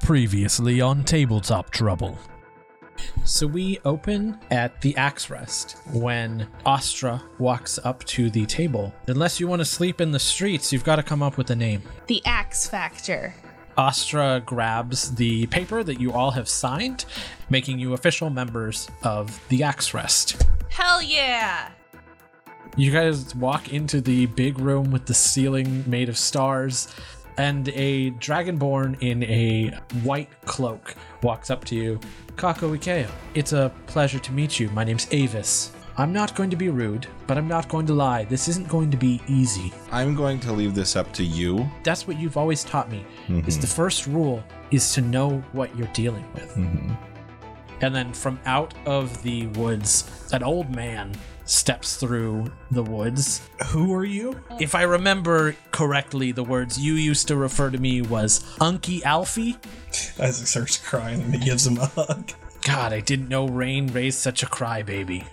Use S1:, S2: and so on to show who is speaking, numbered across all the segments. S1: Previously on Tabletop Trouble.
S2: So we open at the axe rest when Astra walks up to the table. Unless you want to sleep in the streets, you've got to come up with a name.
S3: The Axe Factor.
S2: Astra grabs the paper that you all have signed, making you official members of the axe rest.
S3: Hell yeah!
S2: You guys walk into the big room with the ceiling made of stars, and a dragonborn in a white cloak walks up to you. Kako Ikeo, it's a pleasure to meet you. My name's Avis. I'm not going to be rude, but I'm not going to lie. This isn't going to be easy.
S4: I'm going to leave this up to you.
S2: That's what you've always taught me. Is the first rule is to know what you're dealing with. And then from out of the woods, an old man steps through the woods. Who are you? If I remember correctly, the words you used to refer to me was Unky Alfie.
S5: Isaac starts crying and he gives him a hug.
S2: God, I didn't know Rain raised such a crybaby.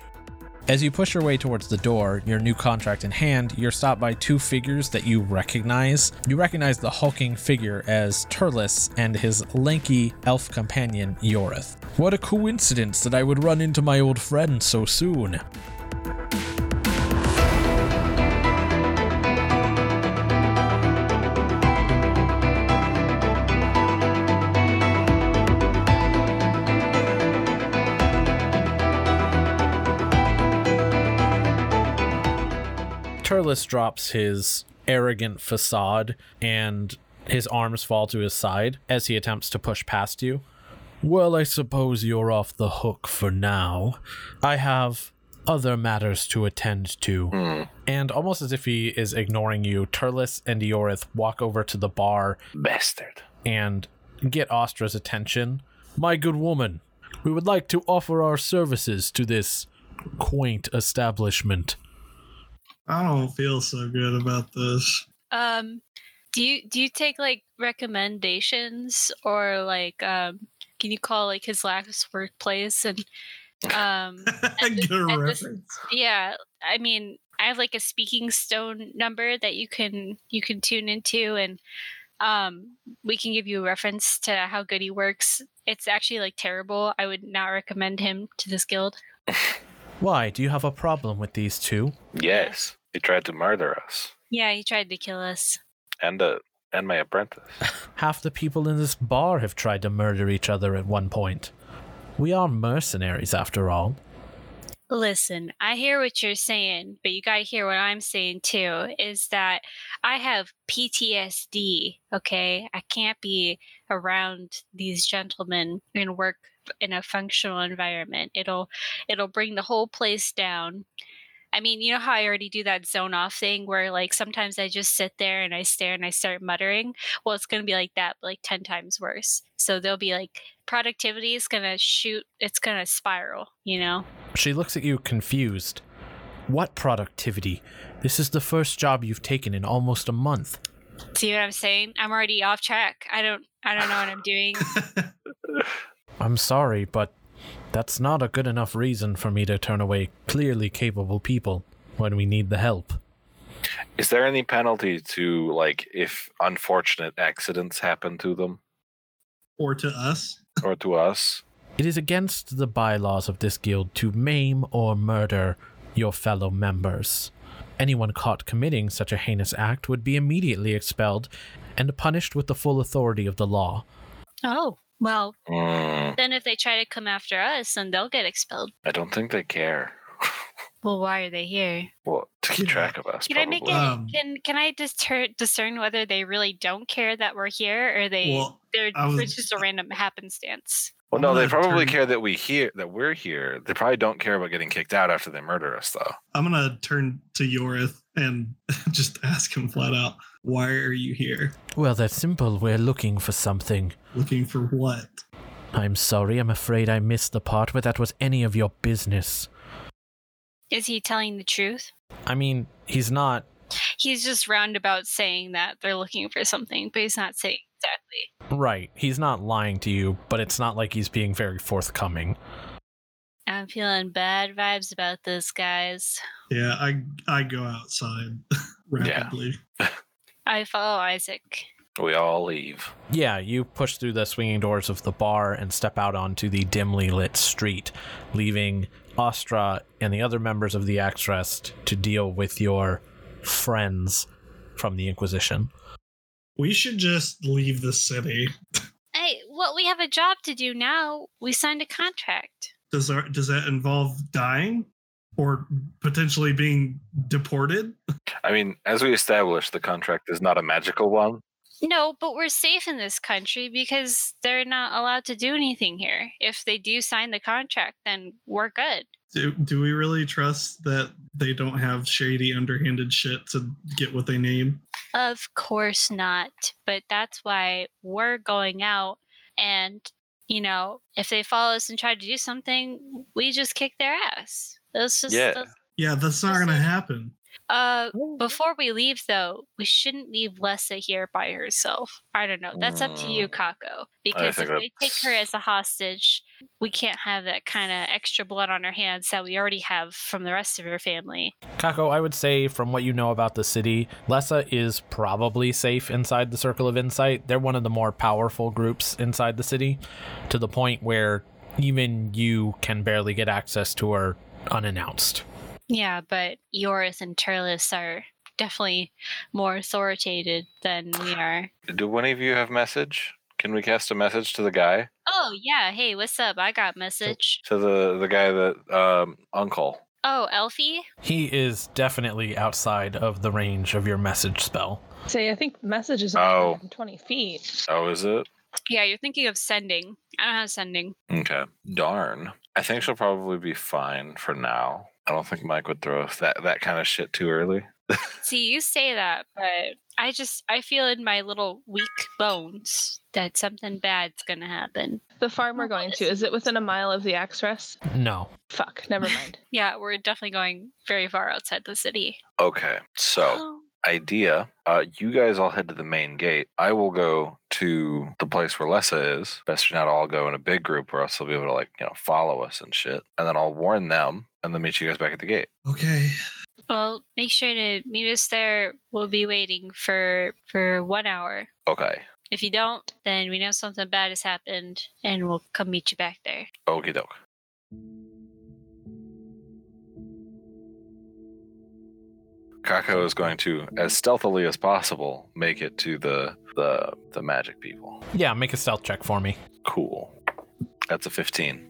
S1: As you push your way towards the door, your new contract in hand, you're stopped by two figures that you recognize. You recognize the hulking figure as Turles and his lanky elf companion, Yorith. What a coincidence that I would run into my old friend so soon. Turles drops his arrogant facade and his arms fall to his side as he attempts to push past you. Well, I suppose you're off the hook for now. I have other matters to attend to. And almost as if he is ignoring you, Turles and Eorith walk over to the bar
S6: Bastard.
S1: and get Ostra's attention. My good woman, we would like to offer our services to this quaint establishment.
S5: I don't feel so good about this.
S7: Um, do you do you take like recommendations or like um can you call like his last workplace and um and
S5: Get a
S7: and
S5: reference.
S7: yeah, I mean I have like a speaking stone number that you can you can tune into and um we can give you a reference to how good he works. It's actually like terrible. I would not recommend him to this guild.
S1: Why? Do you have a problem with these two?
S6: Yes. He tried to murder us.
S7: Yeah, he tried to kill us.
S6: And uh and my apprentice.
S1: Half the people in this bar have tried to murder each other at one point. We are mercenaries, after all.
S7: Listen, I hear what you're saying, but you got to hear what I'm saying too is that I have PTSD, okay? I can't be around these gentlemen and work in a functional environment. It'll it'll bring the whole place down. I mean, you know how I already do that zone off thing where like sometimes I just sit there and I stare and I start muttering. Well, it's going to be like that like 10 times worse. So they'll be like productivity is going to shoot, it's going to spiral, you know.
S1: She looks at you confused. What productivity? This is the first job you've taken in almost a month.
S7: See what I'm saying? I'm already off track. I don't I don't know what I'm doing.
S1: I'm sorry, but that's not a good enough reason for me to turn away clearly capable people when we need the help.
S6: Is there any penalty to like if unfortunate accidents happen to them
S5: or to us.
S6: or to us?
S1: It is against the bylaws of this guild to maim or murder your fellow members. Anyone caught committing such a heinous act would be immediately expelled and punished with the full authority of the law.
S7: oh, well,
S6: Mm,
S7: then if they try to come after us, then they'll get expelled.
S6: I don't think they care.
S7: Well, why are they here?
S6: Well, to keep track of us.
S7: Can I make it
S6: probably.
S5: Um,
S7: can can I discern discern whether they really don't care that we're here or they
S5: Well,
S7: they're
S5: I was-
S7: it's just a random happenstance?
S6: Well, no, they
S5: I'm gonna
S6: probably
S5: turn-
S6: care that we here that we're here. They probably don't care about getting kicked out after they murder us, though.
S5: I'm gonna turn to Yorith and just ask him flat out, why are you here?
S1: Well, that's simple. We're looking for something.
S5: Looking for what?
S1: I'm sorry, I'm afraid I missed the part where that was any of your business.
S7: Is he telling the truth?
S1: I mean, he's not.
S7: He's just roundabout saying that they're looking for something, but he's not saying exactly.
S1: Right, he's not lying to you, but it's not like he's being very forthcoming.
S7: I'm feeling bad vibes about this, guys.
S5: Yeah, I I go outside rapidly.
S7: I follow Isaac.
S6: We all leave.
S8: Yeah, you push through the swinging doors of the bar and step out onto the dimly lit street, leaving Astra and the other members of the Axe Rest to deal with your friends from the Inquisition.
S5: We should just leave the city.
S7: Hey, well, we have a job to do now. We signed a contract.
S5: Does our, does that involve dying or potentially being deported?
S6: I mean, as we established, the contract is not a magical one.
S7: No, but we're safe in this country because they're not allowed to do anything here. If they do sign the contract, then we're good.
S5: Do, do we really trust that they don't have shady, underhanded shit to get what they need?
S7: Of course not. But that's why we're going out and, you know, if they follow us and try to do something, we just kick their ass. That's just
S6: Yeah.
S7: that's-
S5: Yeah, that's not going to happen.
S7: uh before we leave though, we shouldn't leave Lessa here by herself. I don't know. That's up to you, Kako. Because if
S6: think
S7: they take her
S6: that's-
S7: as a hostage, we can't have that kind of extra blood on our hands that we already have from the rest of her family.
S8: Kako, I would say from what you know about the city, Lessa is probably safe inside the Circle of Insight. They're one of the more powerful groups inside the city, to the point where even you can barely get access to her unannounced.
S7: Yeah, but Yorith and Turles are definitely more authoritated than we are.
S6: Do any of you have message? Can we cast a message to the guy?
S7: Oh yeah, hey, what's up? I got message.
S6: To the the guy that um uncle.
S7: Oh, Elfie?
S8: He is definitely outside of the range of your message spell.
S9: Say, I think message is
S6: Oh.
S9: oh. 20 feet.
S6: Oh, is it?
S7: Yeah, you're thinking of sending. I don't have sending.
S6: Okay. Darn. I think she'll probably be fine for now. I don't think Mike would throw that that kind of shit too early.
S7: See, you say that, but I just I feel in my little weak bones that something bad's gonna happen.
S9: The farm we're going to, is it within a mile of the axe rest?
S8: No.
S9: Fuck, never mind.
S7: Yeah, we're definitely going very far outside the city. Oh,
S6: Okay. So, idea, uh you guys all head to the main gate. I will go to the place where Lessa is. Best we not all go in a big group or else they'll be able to like, you know, follow us and shit. And then I'll warn them and then meet you guys back at the gate.
S5: Okay.
S7: Well, make sure to meet us there. We'll be waiting for for one hour.
S6: Okay.
S7: If you don't, then we know something bad has happened, and we'll come meet you back there.
S6: Okie doke. Kako is going to, as stealthily as possible, make it to the the the magic people.
S8: Yeah, make a stealth check for me.
S6: Cool. That's a fifteen.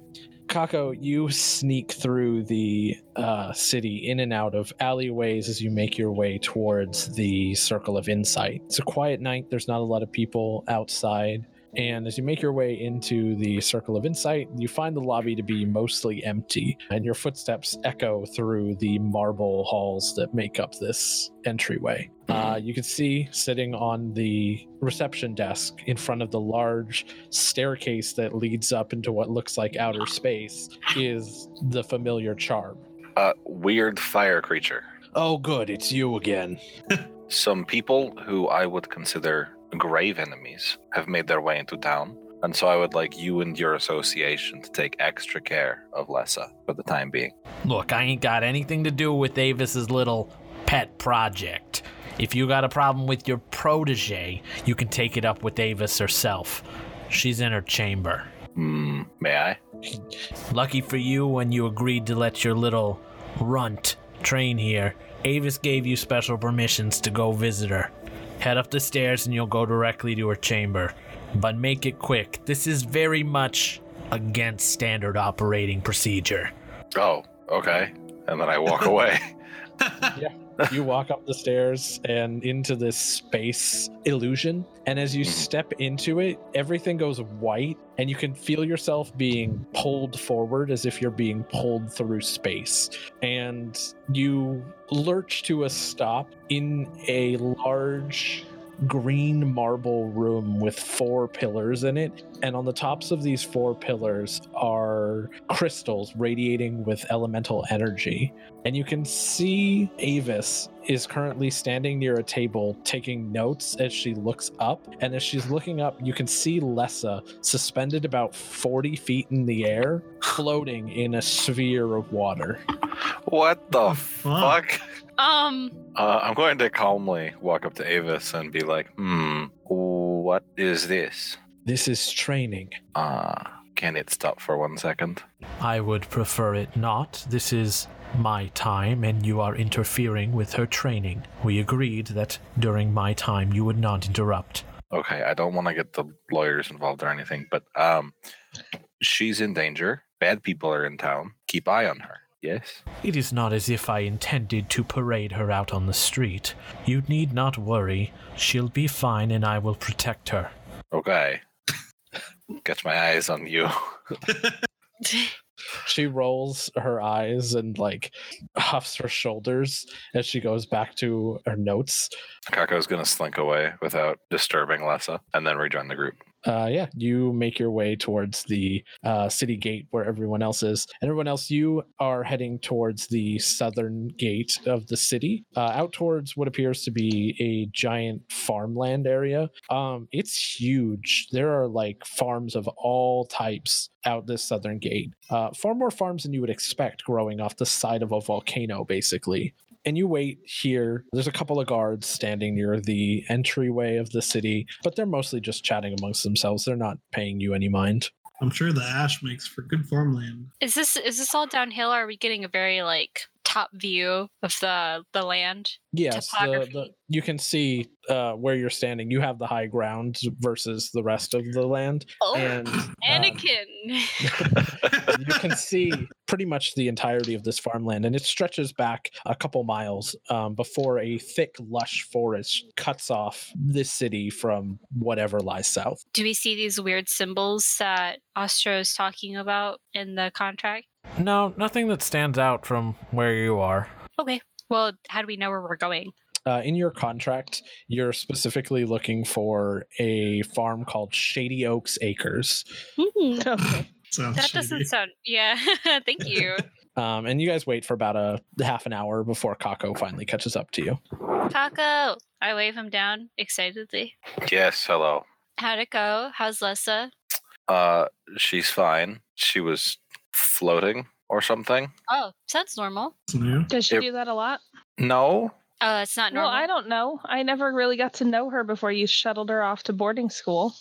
S1: Kako, you sneak through the uh, city in and out of alleyways as you make your way towards the Circle of Insight. It's a quiet night, there's not a lot of people outside. And as you make your way into the Circle of Insight, you find the lobby to be mostly empty, and your footsteps echo through the marble halls that make up this entryway. Uh, you can see sitting on the reception desk in front of the large staircase that leads up into what looks like outer space is the familiar charm.
S6: Uh, weird fire creature.
S1: Oh, good, it's you again.
S6: Some people who I would consider grave enemies have made their way into town, and so I would like you and your association to take extra care of Lessa for the time being.
S8: Look, I ain't got anything to do with Avis's little pet project. If you got a problem with your protege, you can take it up with Avis herself. She's in her chamber.
S6: Hmm. May I?
S8: Lucky for you, when you agreed to let your little runt train here, Avis gave you special permissions to go visit her. Head up the stairs and you'll go directly to her chamber. But make it quick. This is very much against standard operating procedure.
S6: Oh, okay. And then I walk away.
S1: you walk up the stairs and into this space illusion, and as you step into it, everything goes white, and you can feel yourself being pulled forward as if you're being pulled through space. And you lurch to a stop in a large green marble room with four pillars in it. And on the tops of these four pillars are crystals radiating with elemental energy. And you can see Avis is currently standing near a table taking notes as she looks up. And as she's looking up, you can see Lessa suspended about 40 feet in the air, floating in a sphere of water.
S6: What the
S5: The
S6: fuck?
S5: fuck?
S7: Um,
S6: Uh, I'm going to calmly walk up to Avis and be like, hmm, what is this?
S8: This is training.
S6: Ah, can it stop for one second?
S8: I would prefer it not. This is my time, and you are interfering with her training. We agreed that during my time you would not interrupt.
S6: Okay, I don't want to get the lawyers involved or anything, but um, she's in danger. Bad people are in town. Keep eye on her. Yes.
S8: It is not as if I intended to parade her out on the street. You need not worry. She'll be fine, and I will protect her.
S6: Okay. Catch my eyes on you.
S1: She rolls her eyes and like huffs her shoulders as she goes back to her notes.
S6: Kako's gonna slink away without disturbing Lessa, and then rejoin the group.
S1: Uh, yeah, you make your way towards the uh, city gate where everyone else is. And everyone else, you are heading towards the southern gate of the city, uh, out towards what appears to be a giant farmland area. Um, it's huge. There are like farms of all types out this southern gate. Uh, far more farms than you would expect growing off the side of a volcano, basically and you wait here. There's a couple of guards standing near the entryway of the city, but they're mostly just chatting amongst themselves. They're not paying you any mind.
S5: I'm sure the ash makes for good farmland.
S7: Is this is this all downhill? Or are we getting a very like top view of the the land?
S1: Yes, the, the,
S7: Topography.
S1: you can see uh, where you're standing. You have the high ground versus the rest of the land,
S7: Oh,
S1: and um,
S7: Anakin.
S1: you can see pretty much the entirety of this farmland, and it stretches back a couple miles um, before a thick, lush forest cuts off this city from whatever lies south.
S7: Do we see these weird symbols that Ostro's talking about in the contract?
S8: No, nothing that stands out from where you are.
S7: Okay. Well, how do we know where we're going?
S1: uh, in your contract, you're specifically looking for a farm called Shady Oaks Acres.
S9: Hmm. Okay.
S5: Sounds
S7: That
S5: shady.
S7: doesn't sound. Yeah. Thank you.
S1: Um, and you guys wait for about a half an hour before Kako finally catches up to you.
S7: Taco. I wave him down excitedly.
S6: Yes. Hello.
S7: How'd it go? How's Lessa?
S6: Uh, she's fine. She was floating or something.
S7: Oh, sounds normal.
S5: It's new.
S9: Does she
S6: It-
S9: do that a lot?
S6: No.
S7: Oh, it's not
S9: Well,
S7: normal.
S9: I don't know. I never really got to know her before you shuttled her off to boarding school.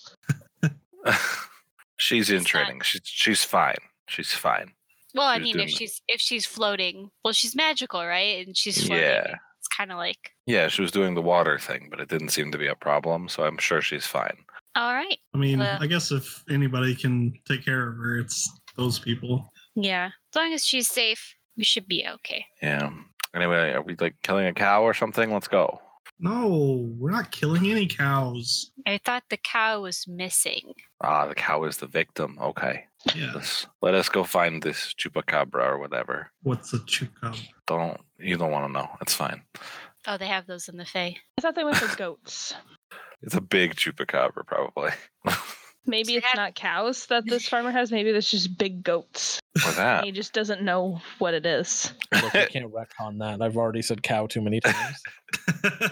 S6: she's in
S7: She's
S6: training. She's she's fine. She's fine.
S7: well, I
S6: she's
S7: mean, if
S6: doing it.
S7: she's if she's floating, well, she's magical, right? And she's floating.
S6: Yeah.
S7: It's kind of like
S6: Yeah, she was doing the water thing, but it didn't seem to be a problem, so I'm sure she's fine.
S7: all right.
S5: I mean,
S7: Well-
S5: I guess if anybody can take care of her, it's those people.
S7: Yeah. As long as she's safe, we should be okay.
S6: Yeah. Anyway, are we like killing a cow or something? Let's go.
S5: No, we're not killing any cows.
S7: I thought the cow was missing.
S6: Ah, the cow is the victim. Okay.
S5: Yeah.
S6: Let's, let us go find this chupacabra or whatever.
S5: What's a chuka?
S6: Don't you don't want to know. It's fine.
S7: Oh, they have those in the Fae.
S9: I thought they went for goats.
S6: It's a big chupacabra, probably.
S9: Maybe it's
S7: Yeah.
S9: not cows that this farmer has. Maybe there's just big goats.
S6: What's that?
S9: He just doesn't know what it is.
S1: Look, I can't wreck on that. I've already said cow too many times.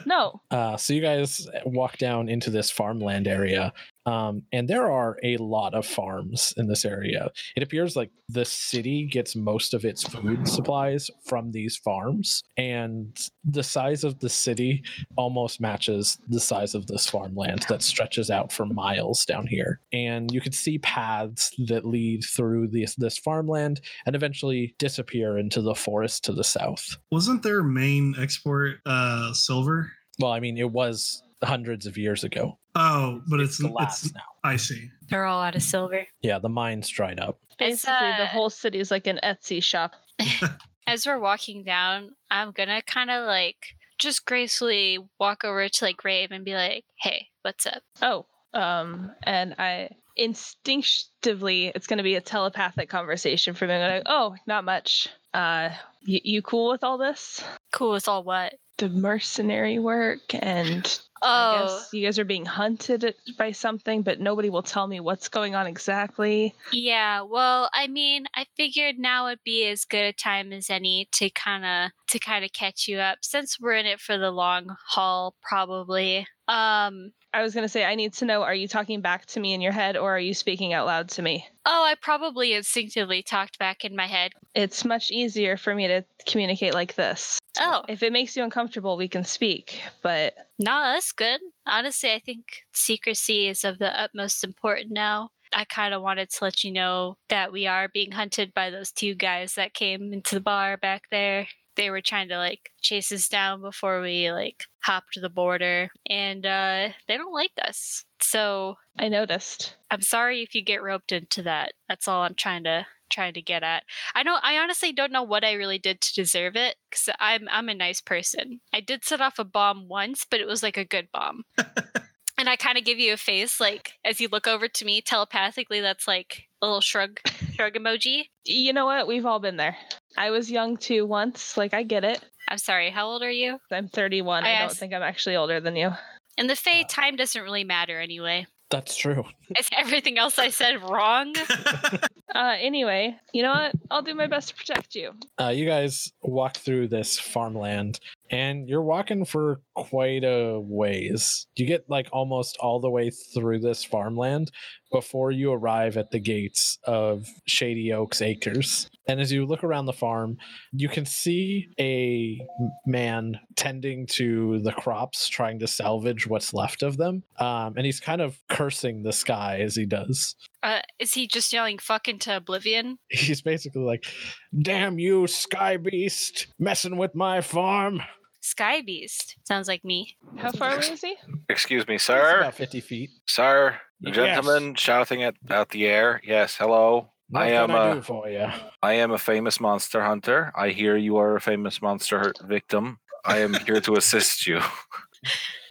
S9: No.
S1: Uh, so you guys walk down into this farmland area, um, and there are a lot of farms in this area. It appears like the city gets most of its food supplies from these farms, and the size of the city almost matches the size of this farmland that stretches out for miles down here. And you can see paths that lead through this this farmland and eventually disappear into the forest to the south.
S5: Wasn't their main export uh silver?
S1: Well, I mean, it was hundreds of years ago.
S5: Oh, but
S1: it's
S5: it's,
S1: the
S5: it's,
S1: last now.
S5: I see.
S7: They're all out of silver.
S1: Yeah, the mines dried up.
S9: Basically, the
S7: uh,
S9: whole city is like an Etsy shop.
S7: As we're walking down, I'm gonna kind of like just gracefully walk over to like Rave and be like, "Hey, what's up?"
S9: Oh, um, and I instinctively, it's going to be a telepathic conversation for me. I'm gonna, oh, not much. Uh, y- you cool with all this?
S7: Cool. It's all what?
S9: The mercenary work, and I
S7: Oh,
S9: guess you guys are being hunted by something, but nobody will tell me what's going on exactly.
S7: yeah. Well, I mean, I figured now would be as good a time as any to kind of to kind of catch you up since we're in it for the long haul, probably. Um,
S9: I was going to say, I need to know are you talking back to me in your head or are you speaking out loud to me?
S7: Oh, I probably instinctively talked back in my head.
S9: It's much easier for me to communicate like this.
S7: Oh,
S9: If it makes you uncomfortable, we can speak, but
S7: no, that's good. Honestly, I think secrecy is of the utmost importance now. I kind of wanted to let you know that we are being hunted by those two guys that came into the bar back there. They were trying to like chase us down before we like hopped the border, and uh, they don't like us. So
S9: I noticed.
S7: I'm sorry if you get roped into that. That's all I'm trying to trying to get at. I don't I honestly don't know what I really did to deserve it cuz I'm I'm a nice person. I did set off a bomb once, but it was like a good bomb. and I kind of give you a face like as you look over to me telepathically that's like a little shrug shrug emoji.
S9: You know what? We've all been there. I was young too once. Like, I get it.
S7: I'm sorry. How old are you?
S9: I'm 31.
S7: I
S9: I, don't
S7: asked-
S9: think I'm actually older than you.
S7: In the Fae, time doesn't really matter anyway.
S1: That's true.
S7: Is everything else I said wrong?
S9: Uh, anyway, you know what? I'll do my best to protect you.
S1: Uh, you guys walk through this farmland and you're walking for quite a ways. You get like almost all the way through this farmland before you arrive at the gates of Shady Oaks Acres. And as you look around the farm, you can see a m- man tending to the crops, trying to salvage what's left of them. Um, and he's kind of cursing the sky as he does.
S7: Uh, is he just yelling fuck into oblivion?
S1: He's basically like, Damn you, Sky Beast, messing with my farm.
S7: Sky Beast. Sounds like me.
S9: How far away is he?
S6: Excuse me,
S1: It's
S6: sir.
S1: about 50 feet.
S6: Sir, the
S1: Yes.
S6: gentleman shouting at out the air. Yes, hello.
S1: What
S6: I am
S1: can I
S6: uh,
S1: do for you?
S6: I am a famous monster hunter. I hear you are a famous monster hurt victim. I am here to assist you.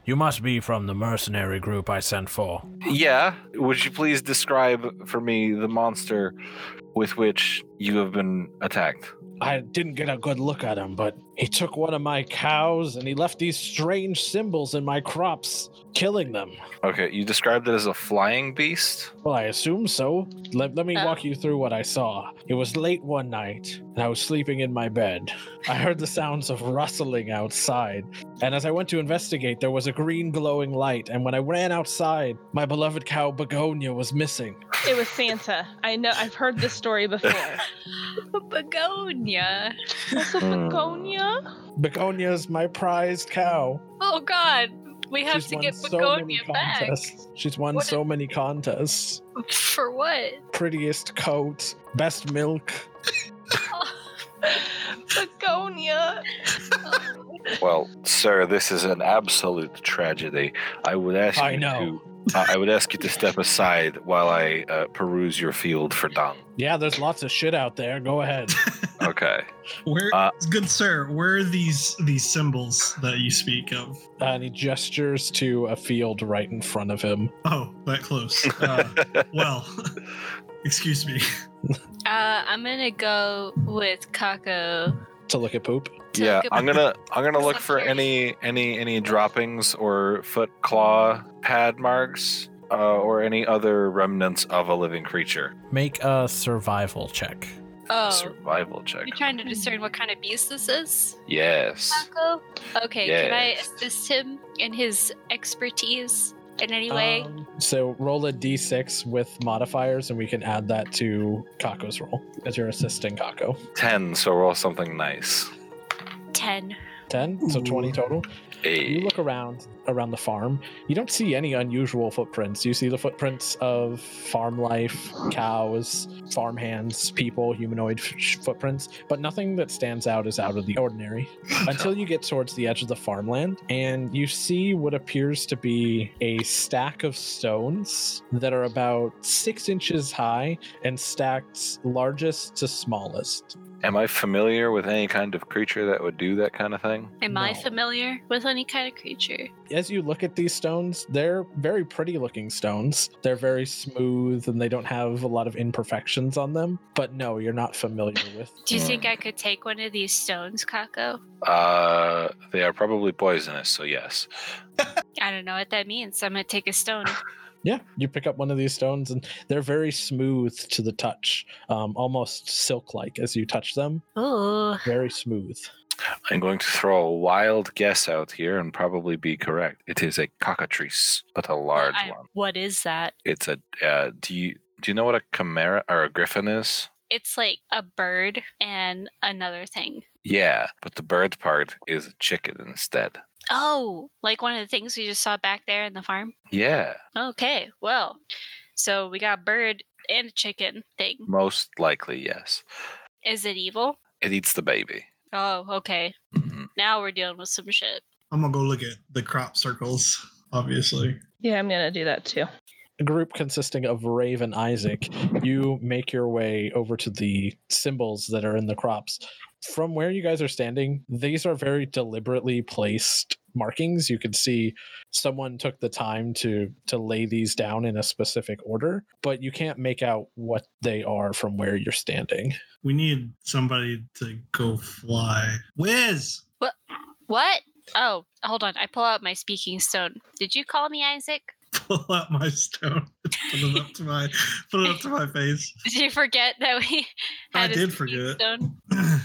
S8: You must be from the mercenary group I sent for.
S6: Yeah. Would you please describe for me the monster with which you have been attacked?
S1: I didn't get a good look at him, but he took one of my cows and he left these strange symbols in my crops, killing them.
S6: Okay, you described it as a flying beast.
S1: Well, I assume so. Let, let me
S7: Oh.
S1: walk you through what I saw. It was late one night, and I was sleeping in my bed. I heard the sounds of rustling outside, and as I went to investigate, there was a green glowing light, and when I ran outside, my beloved cow Begonia was missing.
S9: It was Santa. I know. I've heard this story before.
S7: Begonia.
S9: Also, Begonia?
S1: Begonia is my prized cow.
S7: Oh God, we have to get Begonia back.
S1: contests. She's won
S7: What
S1: so many contests.
S7: For what?
S1: Prettiest coat, best milk.
S9: Begonia!
S6: Well, sir, this is an absolute tragedy. I would ask
S1: I
S6: you
S1: know.
S6: to I I would ask you to step aside while I uh, peruse your field for dung.
S1: Yeah, there's lots of shit out there. Go ahead.
S6: Okay.
S5: Where,
S6: Uh,
S5: good sir, where are these these symbols that you speak of?
S1: and he gestures to a field right in front of him.
S5: Oh, that close. Uh, well, excuse me.
S7: Uh, I'm gonna go with Kako.
S1: to look at poop.
S7: to
S6: yeah,
S7: go-
S6: I'm gonna I'm gonna
S7: Cause
S6: look
S7: I'm
S6: for any any any droppings or foot claw pad marks uh, or any other remnants of a living creature.
S8: Make a survival check.
S7: Oh,
S6: Survival check.
S7: you're trying to discern what kind of beast this is,
S6: Yes.
S7: Kako? Okay, can I
S6: Yes.
S7: assist him in his expertise in any way?
S1: Um, so roll a d6 with modifiers, and we can add that to Kako's roll as you're assisting Kako.
S6: Ten. So roll something nice.
S7: Ten.
S1: 10, so 20
S5: Ooh.
S1: total. You
S6: Hey.
S1: look around around the farm. You don't see any unusual footprints. You see the footprints of farm life, cows, farmhands, people, humanoid f- footprints, but nothing that stands out is out of the ordinary. until you get towards the edge of the farmland and you see what appears to be a stack of stones that are about six inches high and stacked largest to smallest.
S6: Am I familiar with any kind of creature that would do that kind of thing?
S7: Am I
S1: No.
S7: familiar with any kind of creature?
S1: As you look at these stones, they're very pretty looking stones. They're very smooth and they don't have a lot of imperfections on them. But no, you're not familiar with.
S7: Do you think I could take one of these stones, Kako?
S6: Uh, they are probably poisonous. So yes.
S7: I don't know what that means. I'm gonna take a stone.
S1: Yeah, you pick up one of these stones and they're very smooth to the touch, um, almost silk like as you touch them.
S7: Ooh.
S1: Very smooth.
S6: I'm going to throw a wild guess out here and probably be correct. It is a cockatrice, but a large
S7: I-
S6: one.
S7: What is that?
S6: It's a. Uh, do you do you know what a chimera or a griffin is?
S7: It's like a bird and another thing.
S6: Yeah, but the bird part is a chicken instead.
S7: Oh, like one of the things we just saw back there in the farm.
S6: Yeah,
S7: Okay, well, so we got a bird and a chicken thing.
S6: most likely yes.
S7: Is it evil?
S6: It eats the baby.
S7: Oh, okay.
S6: Mhm.
S7: Now we're dealing with some shit.
S5: I'm gonna go look at the crop circles, obviously.
S9: Yeah, I'm gonna do that too.
S1: A group consisting of Rave and Isaac, you make your way over to the symbols that are in the crops. From where you guys are standing, these are very deliberately placed markings. You can see someone took the time to to lay these down in a specific order, but you can't make out what they are from where you're standing.
S5: We need somebody to go fly. Wiz!
S7: What? Oh, hold on. I pull out my speaking stone. Did you call me Isaac?
S5: Pull out my stone. Put it up to my put it up to my face.
S7: Did you forget that we
S5: I
S7: had a
S5: did
S7: speaking
S5: forget.
S7: stone?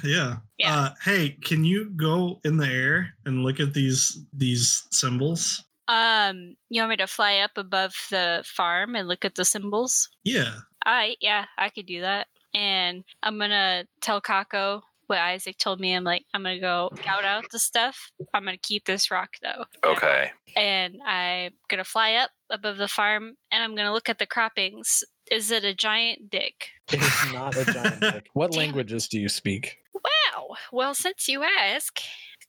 S5: yeah.
S7: Yeah.
S5: Uh, hey, can you go in the air and look at these these symbols?
S7: Um, you want me to fly up above the farm and look at the symbols?
S5: Yeah.
S7: I yeah, I could do that. And I'm gonna tell Kako what Isaac told me. I'm like, I'm gonna go scout out the stuff. I'm gonna keep this rock though.
S6: Okay.
S7: And I'm gonna fly up above the farm and I'm gonna look at the croppings. Is it a giant dick?
S1: It is not a giant dick. What
S7: Damn it.
S1: languages do you speak?
S7: Wow. Well, since you ask,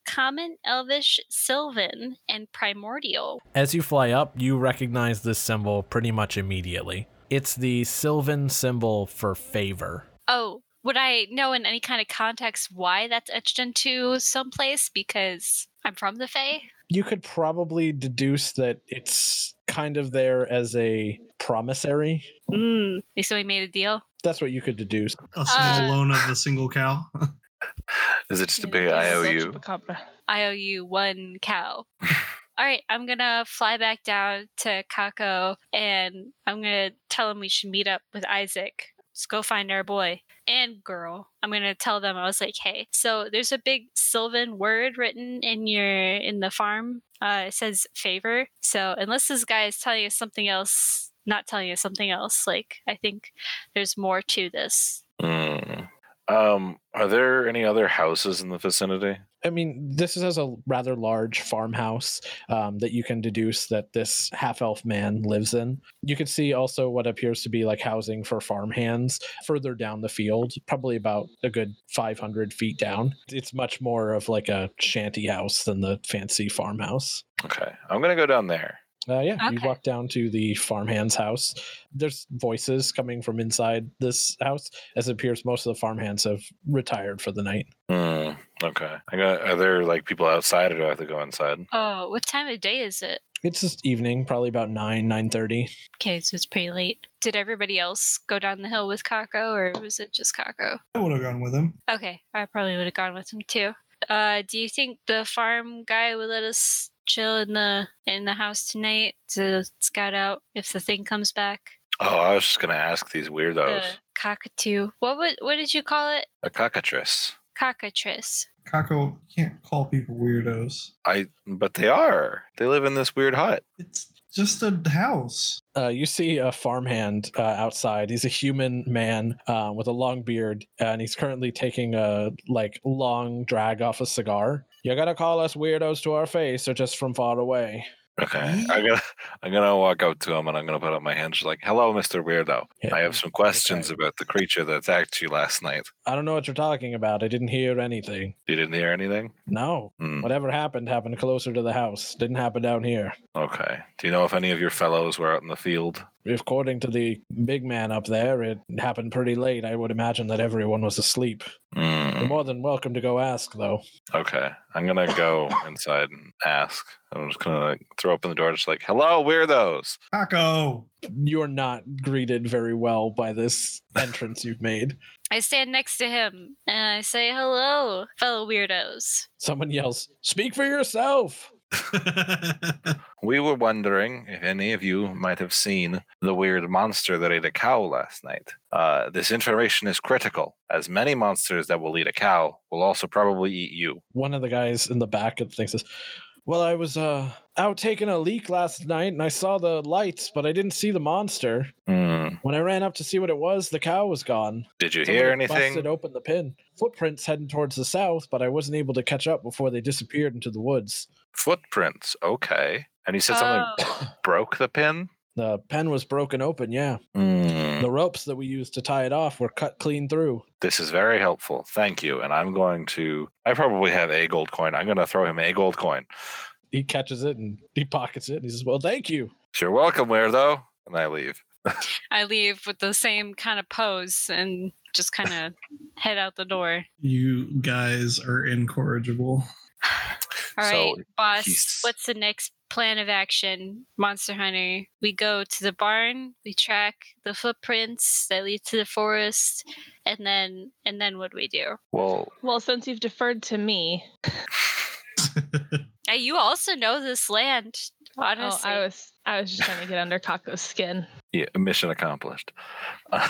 S7: common, elvish, sylvan, and primordial.
S8: As you fly up, you recognize this symbol pretty much immediately. It's the Sylvan symbol for favor.
S7: Oh, would I know in any kind of context why that's etched into someplace? Because I'm from the Fae?
S1: you could probably deduce that it's kind of there as a promissory.
S7: Mm. So we made a deal.
S1: That's what you could deduce.
S5: A
S7: Uh.
S5: single loan of a single cow.
S6: Is it just a
S7: Yeah,
S6: big
S7: it's
S9: This is El
S6: IOU?
S9: Chupacabra.
S7: I owe you one cow. All right, I'm gonna fly back down to Kako and I'm gonna tell him we should meet up with Isaac. Let's go find our boy and girl. I'm gonna tell them I was like, hey, so there's a big Sylvan word written in your in the farm. Uh, it says favor. So unless this guy is telling us something else, not telling us something else, like I think there's more to this.
S6: Mm. Um, are there any other houses in the vicinity?
S1: I mean, this is as a rather large farmhouse um, that you can deduce that this half elf man lives in. You can see also what appears to be like housing for farmhands further down the field, probably about a good 500 feet down. It's much more of like a shanty house than the fancy farmhouse.
S6: Okay, I'm gonna go down there.
S1: Uh, yeah, you
S7: Okay.
S1: walk down to the farmhand's house. There's voices coming from inside this house, as it appears most of the farmhands have retired for the night.
S6: Mm, okay. I got, are there like people outside, or do I have to go inside?
S7: Oh, what time of day is it?
S1: It's just evening, probably about nine, nine thirty.
S7: Okay, so it's pretty late. Did everybody else go down the hill with Kako, or was it just Kako?
S5: I would have gone with him.
S7: Okay, I probably would have gone with him too. Uh, do you think the farm guy would let us chill in the in the house tonight to scout out if the thing comes back?
S6: Oh, I was just gonna ask these
S7: The
S6: weirdos.
S7: cockatoo. What would what did you call it?
S6: A cockatrice.
S7: Cockatrice.
S5: Kako can't call people weirdos.
S6: I, but they are. They live in this weird hut.
S5: It's just a house.
S1: Uh, you see a farmhand uh, outside. He's a human man uh, with a long beard, and he's currently taking a like long drag off a cigar. You're gonna call us weirdos to our face, or just from far away?
S6: Okay, I'm gonna, I'm gonna walk up to him and I'm gonna put up my hand, just like, "Hello, Mister Weirdo. I have some questions
S1: Okay.
S6: about the creature that attacked you last night.
S1: I don't know what you're talking about. I didn't hear anything.
S6: You didn't hear anything?
S1: No,
S6: Hmm.
S1: Whatever happened happened closer to the house. Didn't happen down here.
S6: Okay. Do you know if any of your fellows were out in the field?
S1: According to the big man up there, it happened pretty late. I would imagine that everyone was asleep. You're
S6: Mm,
S1: more than welcome to go ask, though.
S6: okay. I'm gonna go inside and ask. I'm just gonna like, throw open the door, just like, "Hello, weirdos."
S5: Kako!
S1: You're not greeted very well by this entrance you've made.
S7: I stand next to him and I say hello, fellow weirdos.
S1: Someone yells, Speak for yourself!
S6: We were wondering if any of you might have seen the weird monster that ate a cow last night. Uh, this information is critical, as many monsters that will eat a cow will also probably eat you.
S1: one of the guys in the back of the thing says, "Well, I was uh out taking a leak last night and I saw the lights, but I didn't see the monster.
S6: Hmm.
S1: When I ran up to see what it was, the cow was gone.
S6: Did you
S1: Somebody
S6: hear
S1: Busted
S6: anything?
S1: open the pin. Footprints heading towards the south, but I wasn't able to catch up before they disappeared into the woods.
S6: Footprints. Okay. And you said something
S7: Oh.
S6: broke the pin?
S1: The pen was broken open, yeah.
S6: Hmm.
S1: The ropes that we used to tie it off were cut clean through.
S6: This is very helpful. Thank you. And I'm going to, I probably have a gold coin. I'm going to throw him a gold coin.
S1: He catches it and he pockets it and he says, Well, thank you.
S6: Sure, welcome, weirdo. And I leave.
S7: I leave with the same kind of pose and just kind of head out the door.
S5: you guys are incorrigible.
S7: All
S6: So
S7: right, boss.
S6: he's-
S7: What's the next plan of action, Monster Hunter? We go to the barn. We track the footprints that lead to the forest, and then and then what do we do?
S6: Well,
S9: Well, since you've deferred to me,
S7: Hey, you also know this land,
S9: oh,
S7: honestly.
S9: I was I was just trying to get under Kako's skin.
S6: yeah, mission accomplished.
S9: I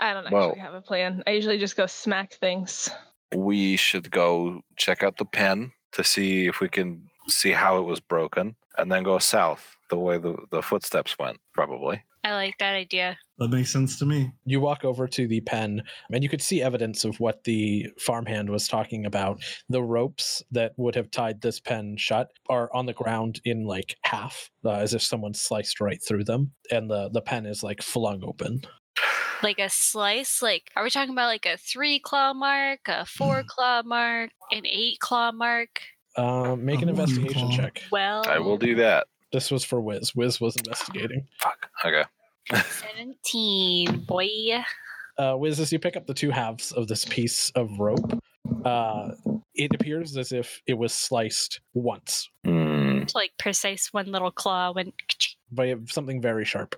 S9: don't actually
S6: Well-
S9: have a plan. I usually just go smack things.
S6: we should go check out the pen to see if we can see how it was broken and then go south the way the, the footsteps went probably
S7: I like that idea.
S5: That makes sense to me.
S1: you walk over to the pen and you could see evidence of what the farmhand was talking about the ropes that would have tied this pen shut are on the ground in like half uh, as if someone sliced right through them and the the pen is like flung open
S7: Like a slice. Like, are we talking about like a three claw mark, a four claw mark, an eight claw mark?
S1: uh, make an
S5: Oh,
S1: investigation
S5: wow.
S1: check
S7: Well,
S6: i will
S7: Oh.
S6: do that
S1: this was for wiz wiz was investigating
S6: fuck okay
S7: seventeen, boy.
S1: uh, wiz as you pick up the two halves of this piece of rope uh, it appears as if it was sliced once
S6: Hmm.
S7: Like precise one little claw went.
S1: by something very sharp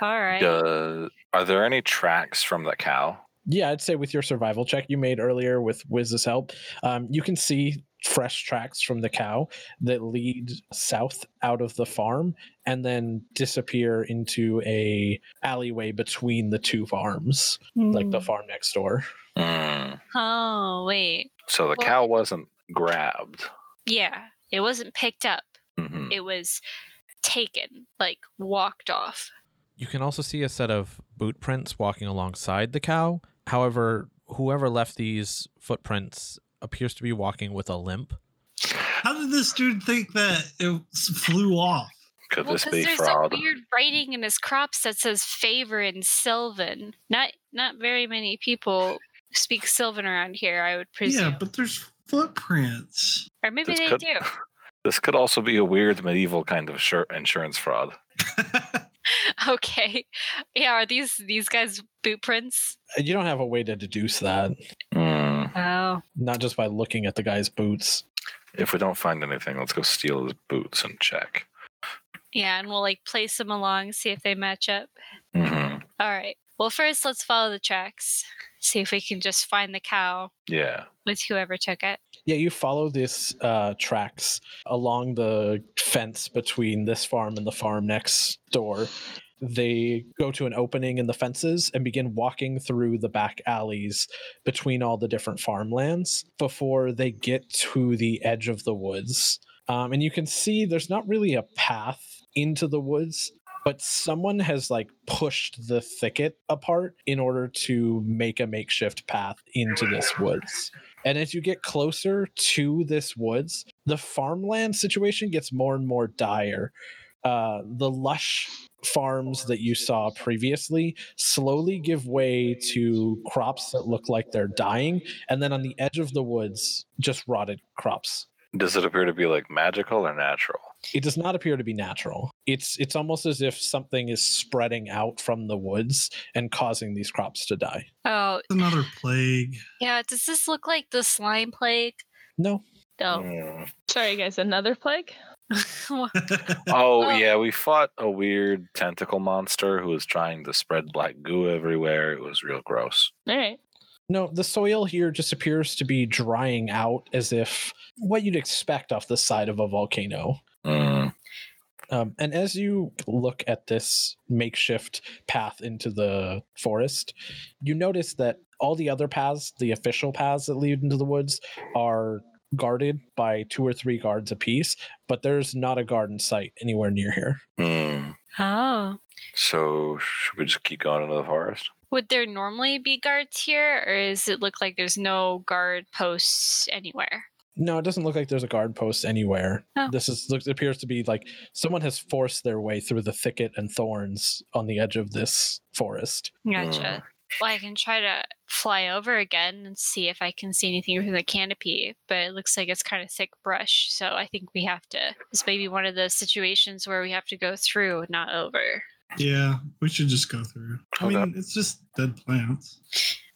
S7: All right.
S6: Does- Uh, are there any tracks from the cow
S1: Yeah, I'd say with your survival check you made earlier with Wiz's help, um, you can see fresh tracks from the cow that lead south out of the farm and then disappear into a alleyway between the two farms, like the
S7: Mm.
S1: farm next door.
S6: Hmm.
S7: Oh, wait.
S6: so the
S7: Well-
S6: cow wasn't grabbed
S7: Yeah. It wasn't picked up.
S6: Mhm.
S7: It was taken, like walked off.
S8: You can also see a set of boot prints walking alongside the cow. However, whoever left these footprints appears to be walking with a limp.
S5: How did this dude think that it s- flew off?
S6: could
S7: Well,
S6: this
S7: 'cause
S6: be
S7: there's
S6: fraud
S7: a weird writing in his crops that says favor in Sylvan. Not not very many people speak Sylvan around here, I would presume.
S5: Yeah, but there's footprints.
S7: or maybe
S6: this
S7: they
S6: could-
S7: do.
S6: this could also be a weird medieval kind of shir- insurance fraud
S7: Okay. Yeah, are these these guys boot prints?
S1: You don't have a way to deduce that,
S6: Hmm.
S7: Oh.
S1: not just by looking at the guy's boots.
S6: if we don't find anything let's go steal his boots and check
S7: Yeah, and we'll like place them along, see if they match up.
S6: hmm
S7: All right. Well, first let's follow the tracks. See if we can just find the cow
S6: yeah
S7: with whoever took it.
S1: Yeah, you follow this uh, tracks along the fence between this farm and the farm next door. They go to an opening in the fences and begin walking through the back alleys between all the different farmlands before they get to the edge of the woods. Um, and you can see there's not really a path into the woods, but someone has like pushed the thicket apart in order to make a makeshift path into this woods. And as you get closer to this woods, the farmland situation gets more and more dire. Uh, the lush farms that you saw previously slowly give way to crops that look like they're dying. And then on the edge of the woods, just rotted crops.
S6: Does it appear to be like magical or natural?
S1: It does not appear to be natural. It's it's almost as if something is spreading out from the woods and causing these crops to die.
S7: Oh,
S5: It's another plague.
S7: yeah. Does this look like the slime plague?
S1: No.
S9: Oh.
S7: No.
S6: Mm.
S9: Sorry, guys, another plague.
S6: Oh,
S7: Well-
S6: yeah, we fought a weird tentacle monster who was trying to spread black goo everywhere. It was real gross.
S9: All right,
S1: No, the soil here just appears to be drying out as if what you'd expect off the side of a volcano.
S6: Mm,
S1: Um, and as you look at this makeshift path into the forest, you notice that all the other paths, the official paths that lead into the woods, are guarded by two or three guards apiece, but there's not a garden site anywhere near here.
S6: mm.
S7: Oh.
S6: So should we just keep going into the forest?
S7: Would there normally be guards here, or does it look like there's no guard posts anywhere?
S1: No, it doesn't look like there's a guard post anywhere.
S7: Oh.
S1: This is looks appears to be like someone has forced their way through the thicket and thorns on the edge of this forest.
S7: Gotcha.
S6: Mm.
S7: Well, I can try to fly over again and see if I can see anything from the canopy, but it looks like it's kind of thick brush, so I think we have to. This may be one of those situations where we have to go through, not over.
S5: Yeah, we should just go through. I
S6: Okay.
S5: mean, it's just dead plants.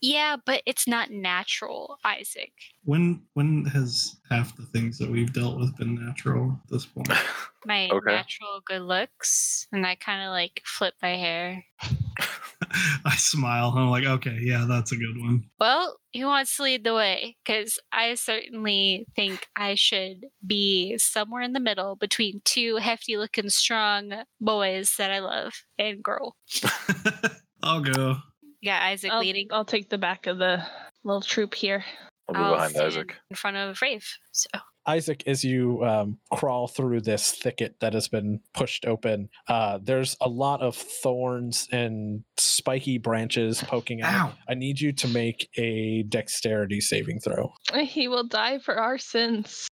S7: Yeah, but it's not natural, Isaac.
S5: When when has half the things that we've dealt with been natural at this point?
S7: My
S6: Okay.
S7: natural good looks, and I kind of like flip my hair.
S5: I smile. I'm like, okay, yeah, that's a good one.
S7: Well, who wants to lead the way? Because I certainly think I should be somewhere in the middle between two hefty looking strong boys that I love and girl. Um,
S5: I'll go.
S7: Yeah, Isaac
S9: I'll,
S7: leading
S9: I'll take the back of the little troop here.
S6: I'll be
S7: I'll
S6: behind
S7: stand
S6: Isaac.
S7: in front of Rave. So
S1: Isaac, as you um, crawl through this thicket that has been pushed open, uh, there's a lot of thorns and spiky branches poking out.
S5: Ow.
S1: I need you to make a dexterity saving throw.
S9: He will die for our sins.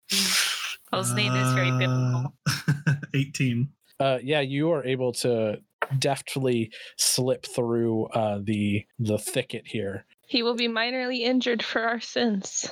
S7: well, his name is
S6: Ah.
S7: very biblical.
S5: Uh, 18.
S1: Uh, yeah, you are able to deftly slip through uh, the the thicket here.
S9: He will be minorly injured for our sins.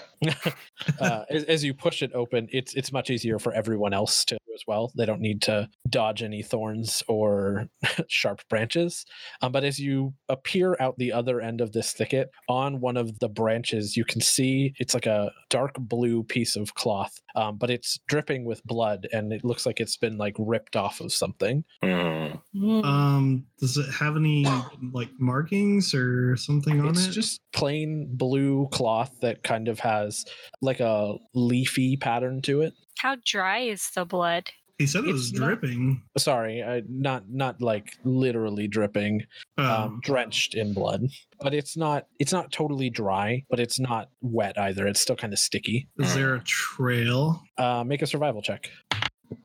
S1: Uh, as, as you push it open, it's it's much easier for everyone else to as well. They don't need to dodge any thorns or sharp branches. Um, but as you appear out the other end of this thicket, on one of the branches, you can see it's like a dark blue piece of cloth, um, but it's dripping with blood, and it looks like it's been like ripped off of something.
S6: Mm.
S5: Um, does it have any like markings or something on
S1: it's
S5: it?
S1: just plain blue cloth that kind of has like a leafy pattern to it.
S7: How dry is the blood?
S5: he said it was
S1: it's not-
S5: dripping.
S1: Sorry, I, not not like literally dripping, um,
S5: Um,
S1: drenched in blood. But it's not it's not totally dry, but it's not wet either. It's still kind of sticky.
S5: is there a trail?
S1: Uh, make a survival check.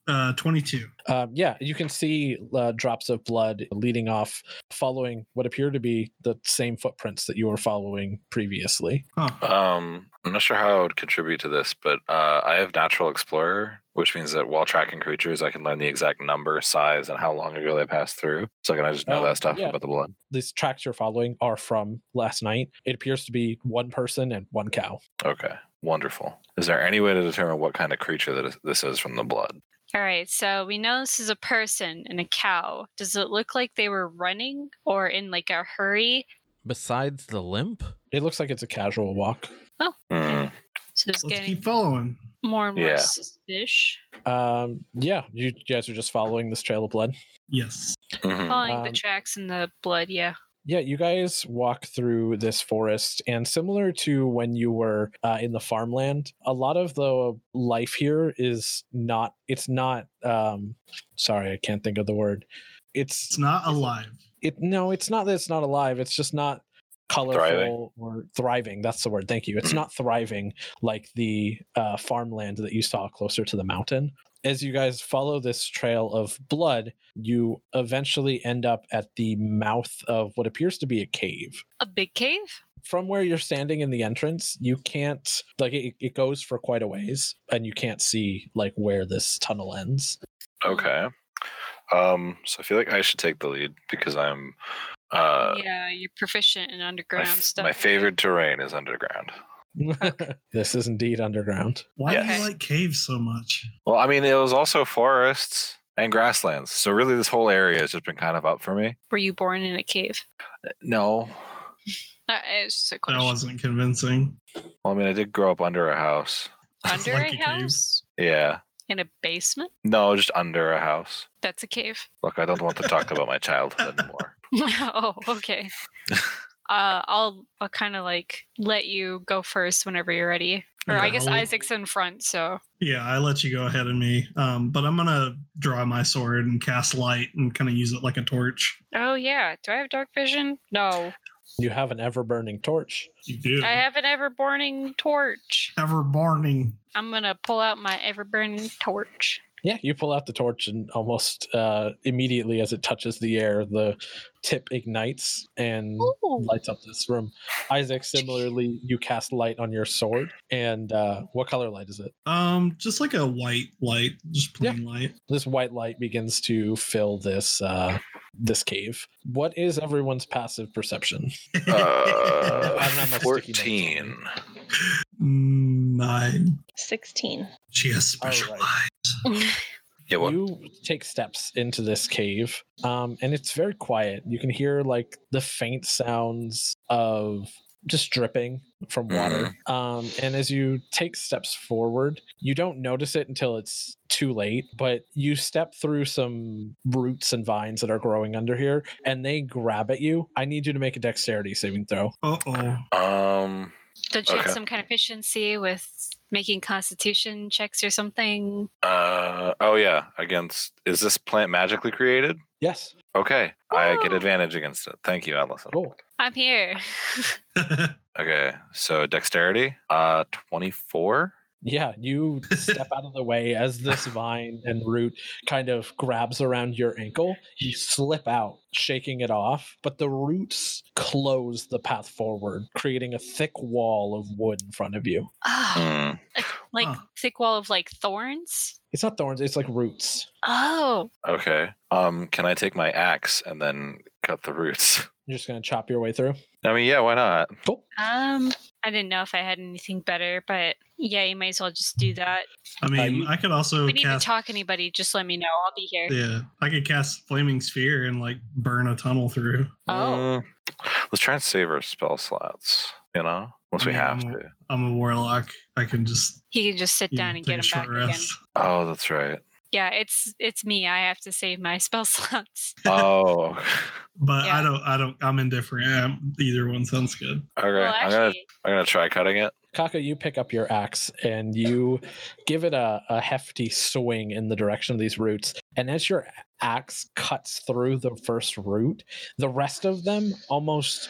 S5: Uh, 22.
S1: Um, yeah, you can see uh, drops of blood leading off, following what appear to be the same footprints that you were following previously.
S5: Huh.
S6: Um, I'm not sure how I would contribute to this, but uh, I have Natural Explorer, which means that while tracking creatures, I can learn the exact number, size, and how long ago they passed through. So can I just know
S1: Oh,
S6: that stuff
S1: yeah.
S6: about the blood?
S1: These tracks you're following are from last night. It appears to be one person and one cow.
S6: Okay, wonderful. Is there any way to determine what kind of creature that is, this is from the blood?
S7: All right, so we know this is a person and a cow. Does it look like they were running or in like a hurry?
S8: Besides the limp?
S1: It looks like it's a casual walk.
S6: Mm.
S1: Mm-hmm.
S7: So
S5: Let's
S7: it's getting
S5: keep following.
S7: more and more
S6: Yeah.
S7: suspicious.
S1: Um, yeah, you guys are just following this trail of blood.
S5: Yes.
S6: Mhm.
S7: Following the
S1: Um,
S7: tracks in the blood, yeah.
S1: Yeah, you guys walk through this forest, and similar to when you were uh, in the farmland, a lot of the life here is not. It's not. Um, sorry, I can't think of the word.
S5: It's
S1: It's
S5: not alive.
S1: it. No, it's not that it's not alive. It's just not colorful or thriving. That's the word. Thank you. It's not thriving like the uh, farmland that you saw closer to the mountain. As you guys follow this trail of blood, you eventually end up at the mouth of what appears to be a cave.
S7: A big cave?
S1: From where you're standing in the entrance, you can't, like, it, it goes for quite a ways, and you can't see, like, where this tunnel ends.
S6: Okay. Um, so I feel like I should take the lead because I'm. Uh,
S7: yeah, you're proficient in
S6: my,
S7: underground
S6: f-
S7: stuff.
S6: my favorite terrain is underground.
S1: this is indeed underground.
S5: Why do
S7: Okay.
S5: you like caves so much?
S6: Well, I mean, it was also forests and grasslands. So really, this whole area has just been kind of up for me.
S7: Were you born in a cave?
S6: No.
S7: Uh, it's just a
S5: That
S7: question.
S5: wasn't convincing.
S6: Well, I mean, I did grow up under a house.
S7: Under
S5: Like
S7: a
S5: a cave.
S7: house?
S6: Yeah.
S7: In a basement?
S6: No, just under a house.
S7: That's a cave.
S6: Look, I don't want to talk about my childhood anymore.
S7: oh, okay. uh, I'll, I'll kind of like let you go first whenever you're ready. Or I
S5: Okay,
S7: guess
S5: I'll-
S7: Isaac's in front, so
S5: Yeah, I let you go ahead of me. Um, but I'm gonna draw my sword and cast light and kind of use it like a torch.
S7: Oh yeah. Do I have dark vision? No.
S1: You have an ever burning torch.
S5: You do.
S7: I have an ever burning torch.
S5: Ever burning.
S7: I'm gonna pull out my ever burning torch.
S1: Yeah, you pull out the torch, and almost uh, immediately as it touches the air, the tip ignites and
S7: Ooh.
S1: lights up this room. Isaac, similarly, you cast light on your sword. And uh, what color light is it?
S5: Um, just like a white light, just plain light.
S1: This white light begins to fill this uh, this cave. What is everyone's passive perception?
S6: Uh,
S1: I don't have my sticky notes on me.
S6: 14.
S5: Nine.
S9: 16.
S5: She has special
S1: Alright.
S5: eyes.
S6: Yeah, what?
S1: You take steps into this cave, um, and it's very quiet. You can hear like the faint sounds of just dripping from water. Um, and as you take steps forward, you don't notice it until it's too late, but you step through some roots and vines that are growing under here, and they grab at you. I need you to make a dexterity saving throw.
S5: Uh oh.
S6: Um,
S7: Don't you have
S6: Okay.
S7: some kind of efficiency with making constitution checks or something?
S6: uh, oh yeah, against is this plant magically created?
S1: Yes.
S6: Okay, I get
S7: Whoa.
S6: advantage against it. Thank you, Allison.
S1: Cool.
S7: I'm here.
S6: Okay, so dexterity, uh, 24.
S1: Yeah, you step out of the way as this vine and root kind of grabs around your ankle. You slip out, shaking it off, but the roots close the path forward, creating a thick wall of wood in front of you.
S7: Ah,
S6: Mm.
S7: like
S5: Huh.
S7: thick wall of like thorns.
S1: It's not thorns, it's like roots.
S7: Oh,
S6: Okay. Um, can I take my axe and then cut the roots?
S1: You're just going to chop your way through.
S6: I mean, yeah, why not?
S1: Cool.
S7: um, I didn't know if I had anything better, but yeah, you might as well just do that.
S5: I mean,
S1: you-
S5: I could also
S7: If we need to
S5: cast.
S7: talk anybody, just let me know. I'll be here.
S5: Yeah, I could cast flaming sphere and like burn a tunnel through.
S7: Oh.
S6: Mm, let's try and save our spell slots, you know? Unless we
S5: Yeah,
S6: have
S7: Mm-hmm.
S5: I'm-
S6: to.
S5: I'm a warlock. I can just
S7: He can just sit
S5: you know,
S7: down
S5: take
S7: and get
S5: a
S7: him
S5: short
S7: back again.
S5: rest.
S6: Oh, that's right.
S7: Yeah, it's it's me. I have to save my spell slots.
S6: Oh,
S5: But
S7: Yeah.
S5: I don't. I don't. I'm indifferent. Yeah, either one sounds good.
S6: okay.
S7: Well,
S6: I'm gonna
S7: actually,
S6: I'm gonna try cutting it.
S1: Kaka, you pick up your axe and you give it a, a hefty swing in the direction of these roots. And as your axe cuts through the first root, the rest of them almost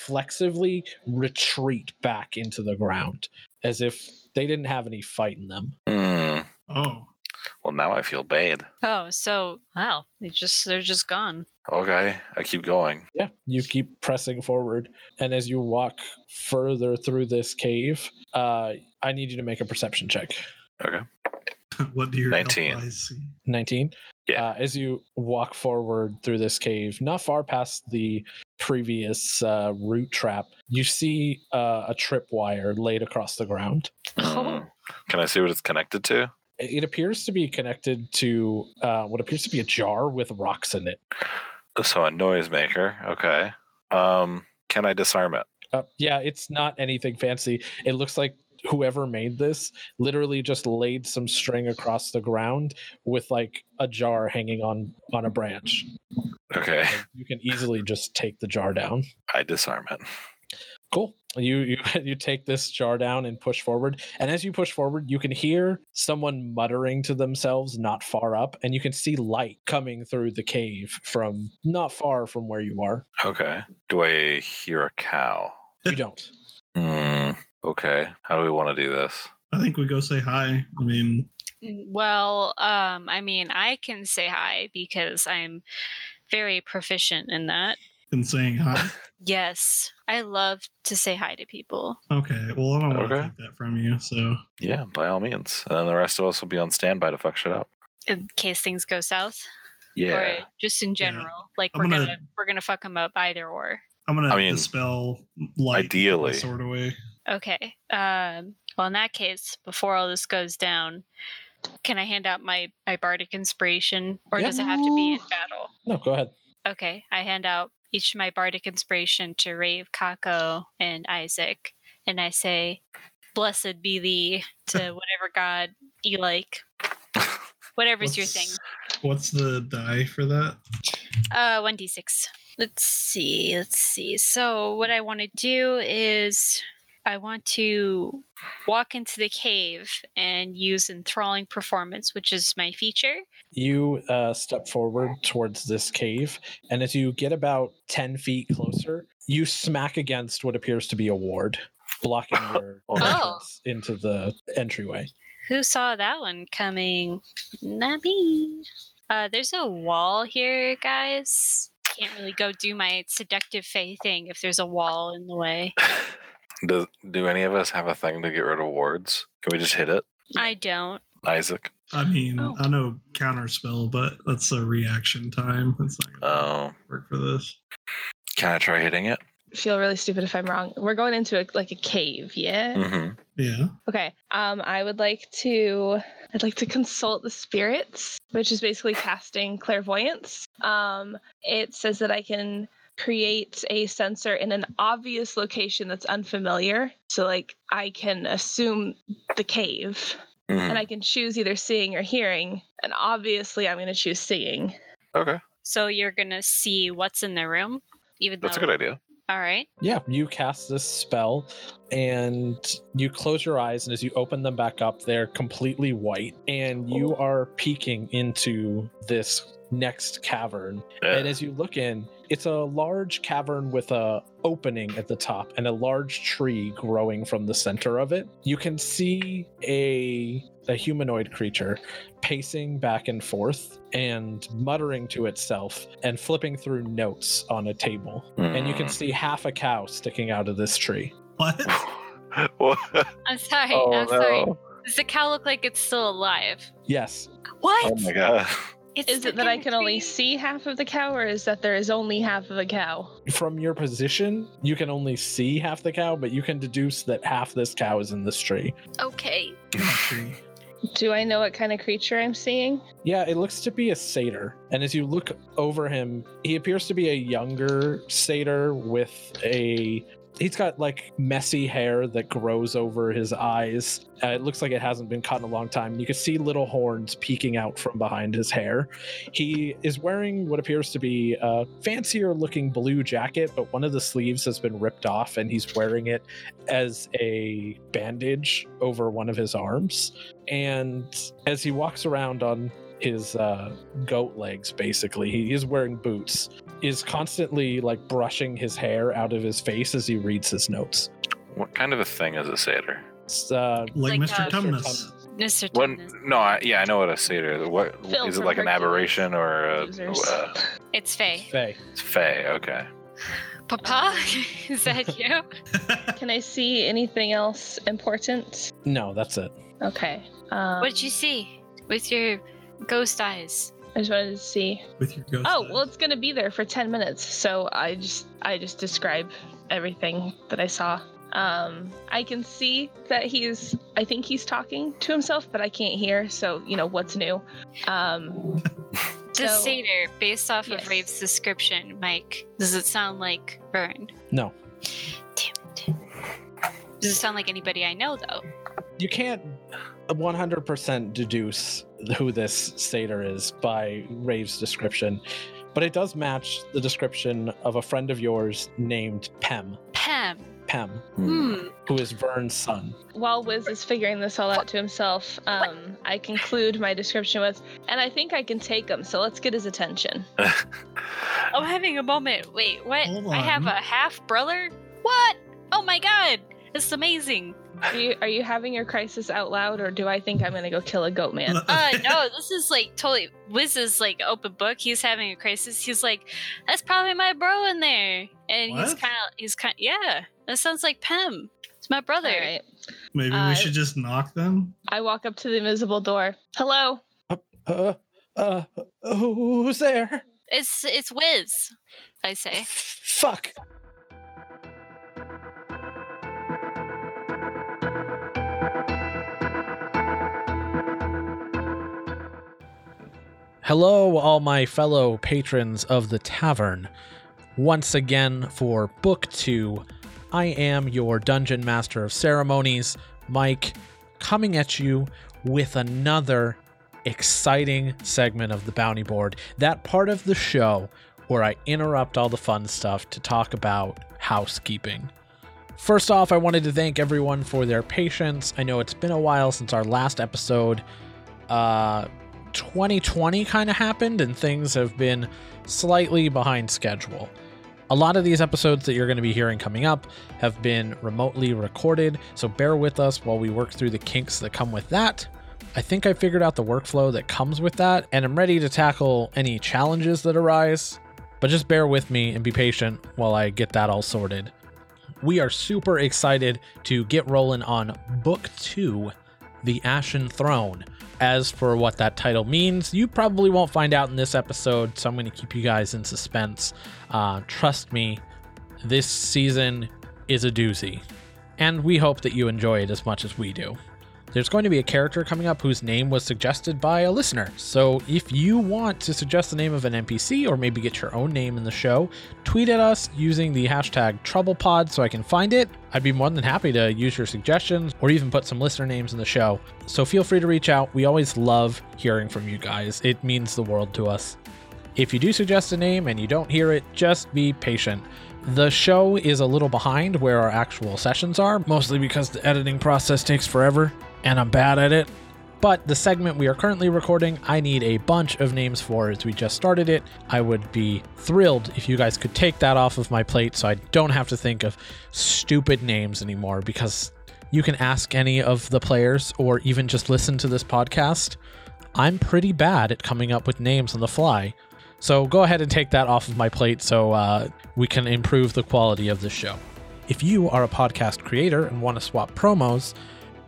S1: reflexively retreat back into the ground as if they didn't have any fight in them.
S6: Hmm.
S5: Oh,
S6: Well, now I feel bad.
S7: oh, so wow, they just they're just gone.
S6: Okay, I keep going.
S1: Yeah, you keep pressing forward. And as you walk further through this cave, uh, I need you to make a perception check.
S6: Okay.
S5: what do your
S6: 19.
S5: elf eyes see?
S1: 19
S6: Yeah.
S1: uh, as you walk forward through this cave not far past the previous uh, root trap you see uh, a tripwire laid across the ground
S6: Mm. Can I see what it's connected to?
S1: it it appears to be connected to uh, what appears to be a jar with rocks in it
S6: Oh, So a noisemaker. Okay. Um, can I disarm it?
S1: uh, yeah it's not anything fancy it looks like whoever made this literally just laid some string across the ground with like a jar hanging on on a branch
S6: Okay,
S1: you can easily just take the jar down
S6: I disarm it.
S1: cool you you you take this jar down and push forward and as you push forward you can hear someone muttering to themselves not far up and you can see light coming through the cave from not far from where you are
S6: Okay. Do I hear a cow?
S1: you don't
S6: Hmm. Okay. How do we want to do this?
S5: I think we go say hi. I mean,
S7: Mm, Well, um, I mean, I can say hi because I'm very proficient in that.
S5: in saying hi.
S7: Yes, I love to say hi to people.
S5: Okay. Well, I don't want to
S6: Okay.
S5: take that from you. So
S6: Yeah, by all means. And then the rest of us will be on standby to fuck shit up.
S7: In case things go south,
S6: Yeah.
S7: or just in
S5: Yeah.
S7: general, like
S5: I'm
S7: we're
S5: gonna-
S7: gonna, we're gonna fuck them up either or.
S5: I'm gonna
S6: I mean,
S5: dispel light.
S6: ideally.
S5: sort of way.
S7: Okay. Um, well, in that case, before all this goes down, can I hand out my my bardic inspiration, or
S1: Yeah.
S7: does it have to be in battle?
S1: no go ahead
S7: Okay, I hand out each of my bardic inspiration to Rave, Kako, and Isaac, and I say, "Blessed be thee" to whatever god you like, whatever's your thing.
S5: What's- What's the die for that?
S7: Uh, one d six. Let's see. Let's see. So, what I want to do is I want to walk into the cave and use enthralling performance, which is my feature.
S1: You uh, step forward towards this cave, and as you get about 10 feet closer, you smack against what appears to be a ward, blocking your
S6: Oh.
S1: entrance into the entryway.
S7: Who saw that one coming? Not me. Uh, there's a wall here, guys. Can't really go do my seductive fae thing if there's a wall in the way.
S6: Does do any of us have a thing to get rid of wards? Can we just hit it,
S7: I don't.
S6: Isaac?
S5: I mean,
S7: Oh.
S5: I know counter spell, but that's a reaction time. That's not gonna
S6: Oh,
S5: work for this.
S6: can I try hitting it?
S9: Feel really stupid if I'm wrong. We're going into a, like a cave, yeah.
S6: Mm-hmm.
S5: Yeah.
S9: Okay. Um, I would like to. I'd like to consult the spirits, which is basically casting clairvoyance. Um, it says that I can create a sensor in an obvious location that's unfamiliar. So, like, I can assume the cave,
S6: Mm-hmm. Hmm.
S9: and I can choose either seeing or hearing. And obviously, I'm going to choose seeing.
S6: Okay,
S7: So you're gonna see what's in the room, even
S6: that's a
S7: though.
S6: good idea.
S7: All right.
S1: Yeah, you cast this spell and you close your eyes, and as you open them back up, they're completely white, and you are peeking into this next cavern. And
S6: Yeah.
S1: as you look in, it's a large cavern with a opening at the top and a large tree growing from the center of it. You can see a a humanoid creature pacing back and forth and muttering to itself and flipping through notes on a table. And you
S6: Hmm.
S1: can see half a cow sticking out of this tree.
S5: What?
S6: Mm. What?
S7: I'm sorry.
S6: Oh,
S7: I'm sorry.
S6: no.
S7: Does the cow look like it's still alive?
S1: Yes.
S7: What?
S6: Oh my god.
S7: It's
S9: Is it that I can only see half of the cow, or is that there is only half of a cow?
S1: From your position, you can only see half the cow, but you can deduce that half this cow is in this tree.
S7: Okay.
S9: Do I know what kind of creature I'm seeing?
S1: Yeah, it looks to be a satyr. And as you look over him, he appears to be a younger satyr with a. He's got like messy hair that grows over his eyes. Uh, it looks like it hasn't been cut in a long time. You can see little horns peeking out from behind his hair. He is wearing what appears to be a fancier looking blue jacket, but one of the sleeves has been ripped off and he's wearing it as a bandage over one of his arms. And as he walks around on his uh, goat legs basically he is wearing boots is constantly like brushing his hair out of his face as he reads his notes
S6: What kind of a thing is a satyr?
S1: It's, uh,
S5: Like,
S7: Like,
S5: Mr.
S7: uh,
S5: Tumnus.
S7: Mr.
S6: When,
S7: Tumnus.
S6: no, I, yeah, I know what a satyr is. What is
S9: Phil
S6: it
S9: from
S6: like an
S9: Hercules.
S6: aberration or a,
S9: Losers.
S6: uh,
S7: It's Faye.
S1: Faye.
S6: it's fey? Okay.
S7: Papa, is that you?
S9: Can I see anything else important?
S1: no that's it
S9: Okay. Um,
S7: what did you see with your ghost eyes?
S9: I just wanted to see.
S5: With your ghost.
S9: Oh,
S5: eyes.
S9: well, it's gonna be there for ten minutes, so I just I just describe everything that I saw. Um, I can see that he's. I think he's talking to himself, but I can't hear. So you know what's new. Um,
S7: The
S9: So-
S7: satyr, based off
S9: Yes.
S7: of Rave's description, Mike. Does it sound like Vern?
S1: No.
S7: Damn it. Does it sound like anybody I know though?
S1: you can't 100% deduce who this satyr is by rave's description but it does match the description of a friend of yours named pem
S7: Pam.
S1: pem
S7: Hmm.
S1: who is vern's son
S9: while Wiz is figuring this all out to himself, um, I conclude my description with, and I think I can take him. So let's get his attention.
S7: I'm having a moment. Wait, what?
S5: Hold
S7: I have
S5: on.
S7: a half brother? What? Oh my god! This is amazing.
S9: Are you, are you having your crisis out loud, or do I think I'm gonna go kill a goat man?
S7: Uh, no, this is like totally. Wiz is like open book. He's having a crisis. He's like, that's probably my bro in there. And he's
S5: What?
S7: kind of, he's kind yeah, that sounds like Pem. It's my brother.
S9: All right.
S5: Maybe
S9: uh,
S5: we should just knock them.
S9: I walk up to the invisible door. Hello.
S1: uh, uh, who- who's there
S7: It's, it's Wiz, I say.
S1: fuck
S8: Hello, all my fellow patrons of the tavern. Once again, for book two, I am your dungeon master of ceremonies, Mike, coming at you with another exciting segment of the bounty board. That part of the show where I interrupt all the fun stuff to talk about housekeeping. First off, I wanted to thank everyone for their patience. I know it's been a while since our last episode. Uh, 2020 kind of happened, and things have been slightly behind schedule. A lot of these episodes that you're going to be hearing coming up have been remotely recorded, so bear with us while we work through the kinks that come with that. I think I figured out the workflow that comes with that, and I'm ready to tackle any challenges that arise. But just bear with me and be patient while I get that all sorted. We are super excited to get rolling on Book 2 The Ashen Throne. As for what that title means, you probably won't find out in this episode, so I'm going to keep you guys in suspense. Uh, trust me, this season is a doozy, and we hope that you enjoy it as much as we do. There's going to be a character coming up whose name was suggested by a listener. So if you want to suggest the name of an NPC or maybe get your own name in the show, tweet at us using the hashtag TroublePod so I can find it. I'd be more than happy to use your suggestions or even put some listener names in the show. So feel free to reach out. We always love hearing from you guys, it means the world to us. If you do suggest a name and you don't hear it, just be patient. The show is a little behind where our actual sessions are, mostly because the editing process takes forever and I'm bad at it. But the segment we are currently recording, I need a bunch of names for as we just started it. I would be thrilled if you guys could take that off of my plate so I don't have to think of stupid names anymore because you can ask any of the players or even just listen to this podcast. I'm pretty bad at coming up with names on the fly. So go ahead and take that off of my plate so uh, we can improve the quality of the show. If you are a podcast creator and want to swap promos,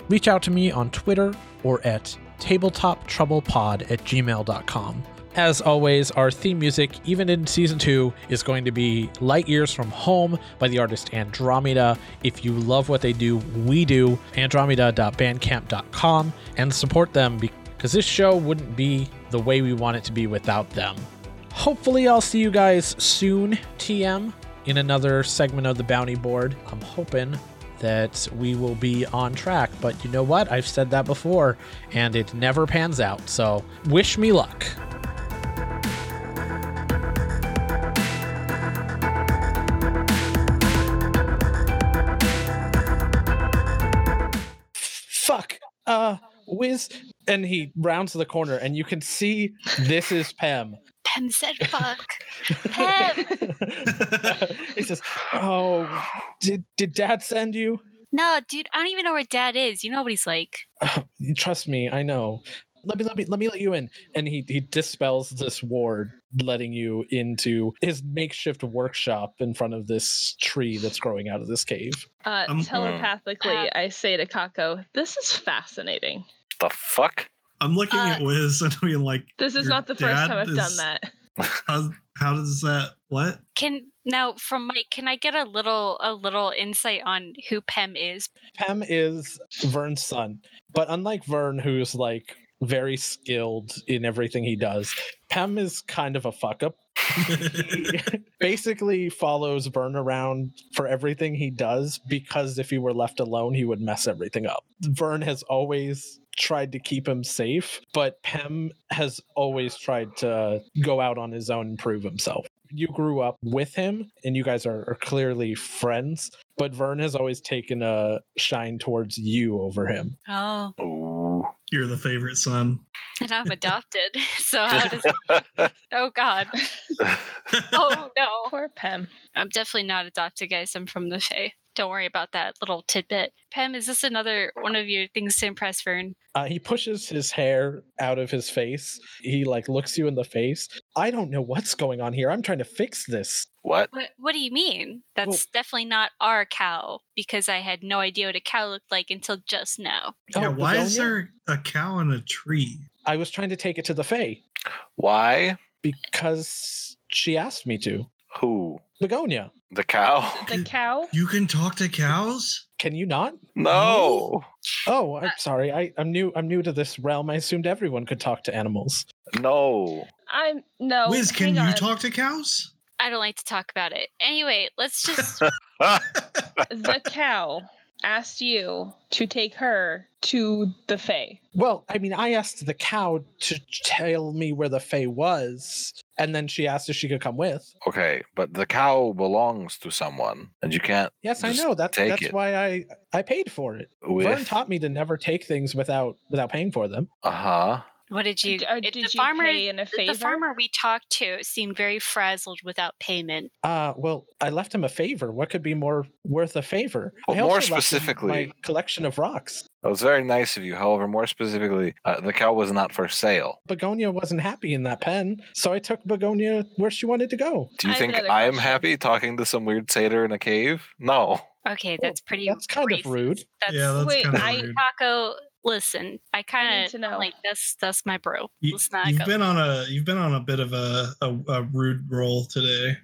S8: reach out to me on Twitter or at tabletoptroublepod at gmail.com. As always, our theme music, even in season two, is going to be Light Years from Home by the artist Andromeda. If you love what they do, we do. Andromeda.bandcamp.com and support them because this show wouldn't be the way we want it to be without them. Hopefully, I'll see you guys soon, TM, in another segment of the Bounty Board. I'm hoping that we will be on track. But you know what? I've said that before, and it never pans out. So wish me luck. Fuck. Uh, whiz. And he rounds the corner, and you can see this is Pem.
S7: Pem said fuck. Pem,
S8: he says, "Oh, did did Dad send you?
S7: no, dude, I don't even know where dad is. You know what he's like.
S8: Trust me, I know. Let me let me let me let you in." And he he dispels this ward, letting you into his makeshift workshop in front of this tree that's growing out of this cave.
S9: Uh,
S5: Um,
S9: telepathically,
S7: uh,
S9: I say to Kako, "This is fascinating.
S6: The fuck?
S5: I'm looking
S7: Uh,
S5: at Wiz and being like,
S9: This is
S5: Your
S9: not the first
S5: dad
S9: time I've done
S5: is-
S9: that."
S5: how, how does that? What?
S7: Can now from Mike, can I get a little a little insight on who Pem is?
S8: Pem is Vern's son, but unlike Vern, who's like very skilled in everything he does, Pem is kind of a fuck up. basically follows Vern around for everything he does because if he were left alone, he would mess everything up. Vern has always tried to keep him safe, but Pem has always tried to go out on his own and prove himself. You grew up with him and you guys are, are clearly friends, but Vern has always taken a shine towards you over him.
S7: Oh,
S6: Ooh.
S5: You're the favorite son.
S7: and I'm adopted. So how does? Oh God. Oh no.
S9: Poor Pem.
S7: I'm definitely not adopted, guys. I'm from the Fae. Don't worry about that little tidbit. Pem, is this another one of your things to impress Vern?
S8: Uh, he pushes his hair out of his face. He like looks you in the face. I don't know what's going on here. I'm trying to fix this.
S6: what?
S7: What, what do you mean? That's definitely not our cow because I had no idea what a cow looked like until just now.
S5: yeah,
S8: Oh,
S5: why is
S8: Begonia?
S5: there a cow in a tree?
S8: I was trying to take it to the Fae
S6: Why?
S8: because she asked me to.
S6: Who?
S8: Begonia,
S6: The cow?
S9: The cow.
S5: You can talk to cows?
S8: can you not?
S6: No.
S8: Oh, I'm sorry. I, I'm new. I'm new to this realm. I assumed everyone could talk to animals.
S6: Hmm? No.
S9: I'm no.
S5: Wiz, can
S9: Oh, hang
S5: you
S9: on.
S5: talk to cows?
S7: I don't like to talk about it. Anyway, let's just
S9: The cow. asked you to take her to the Fae.
S1: Well, I mean, I asked the cow to tell me where the Fae was, and then she asked if she could come with.
S6: Okay, but the cow belongs to someone, and you can't
S1: Yes,
S6: Just
S1: I know. That's
S6: take
S1: that's
S6: it.
S1: why I I paid for it. Vern
S6: with.
S1: taught me to never take things without without paying for them.
S6: Uh huh.
S7: What did you?
S9: D- or
S7: it-
S9: did
S7: the
S9: you
S7: farmer,
S9: pay in a
S7: the-
S9: favor?
S7: the farmer we talked to seemed very frazzled without payment.
S1: Uh, well, I left him a favor. What could be more worth a favor? I
S6: Well,
S1: also
S6: more
S1: left him my
S6: specifically-
S1: collection of rocks.
S6: That was very nice of you. However, more specifically, uh, the cow was not for sale.
S1: Begonia wasn't happy in that pen, so I took Begonia where she wanted to go.
S6: Do you
S9: I have
S6: think
S9: another
S6: I am
S9: question.
S6: happy talking to some weird satyr in a cave? No.
S7: Okay, that's pretty.
S1: That's kind of
S7: racist.
S1: rude.
S7: That's,
S5: yeah, that's
S9: wait,
S5: kind of
S9: I-
S5: weird.
S7: Taco. Listen, I
S9: need
S7: kind
S9: to
S7: of
S9: know.
S7: like that's that's my bro.
S5: You,
S7: Let's not
S5: have
S7: go.
S5: been on a you've been on a bit of a, a, a rude roll today.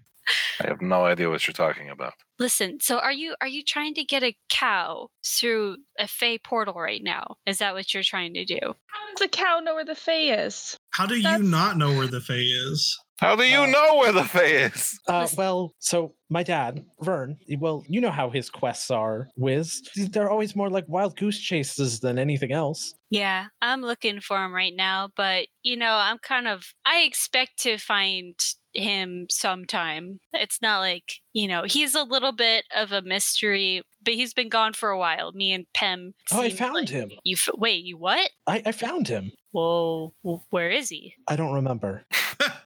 S6: I have no idea what you're talking about.
S7: Listen, so are you are you trying to get a cow through a fey portal right now? Is that what you're trying to do?
S9: How does a cow know where the Fae is?
S5: How do
S9: That's-
S5: you not know where the Fae is?
S6: How do you
S7: Oh.
S1: Uh,
S6: know where the Fae is?
S1: Uh,
S7: Listen-
S1: well, so my dad, Vern, well, you know how his quests are, Wiz. They're always more like wild goose chases than anything else.
S7: Yeah, I'm looking for him right now, but you know, I'm kind of I expect to find him sometime. It's not like, you know, he's a little bit of a mystery, but he's been gone for a while. Me and Pem.
S1: Oh, I
S7: seemed
S1: found
S7: like-
S1: him.
S7: You f- wait, you what?
S1: I, I found him.
S7: Whoa, wh- where is he?
S1: I don't remember.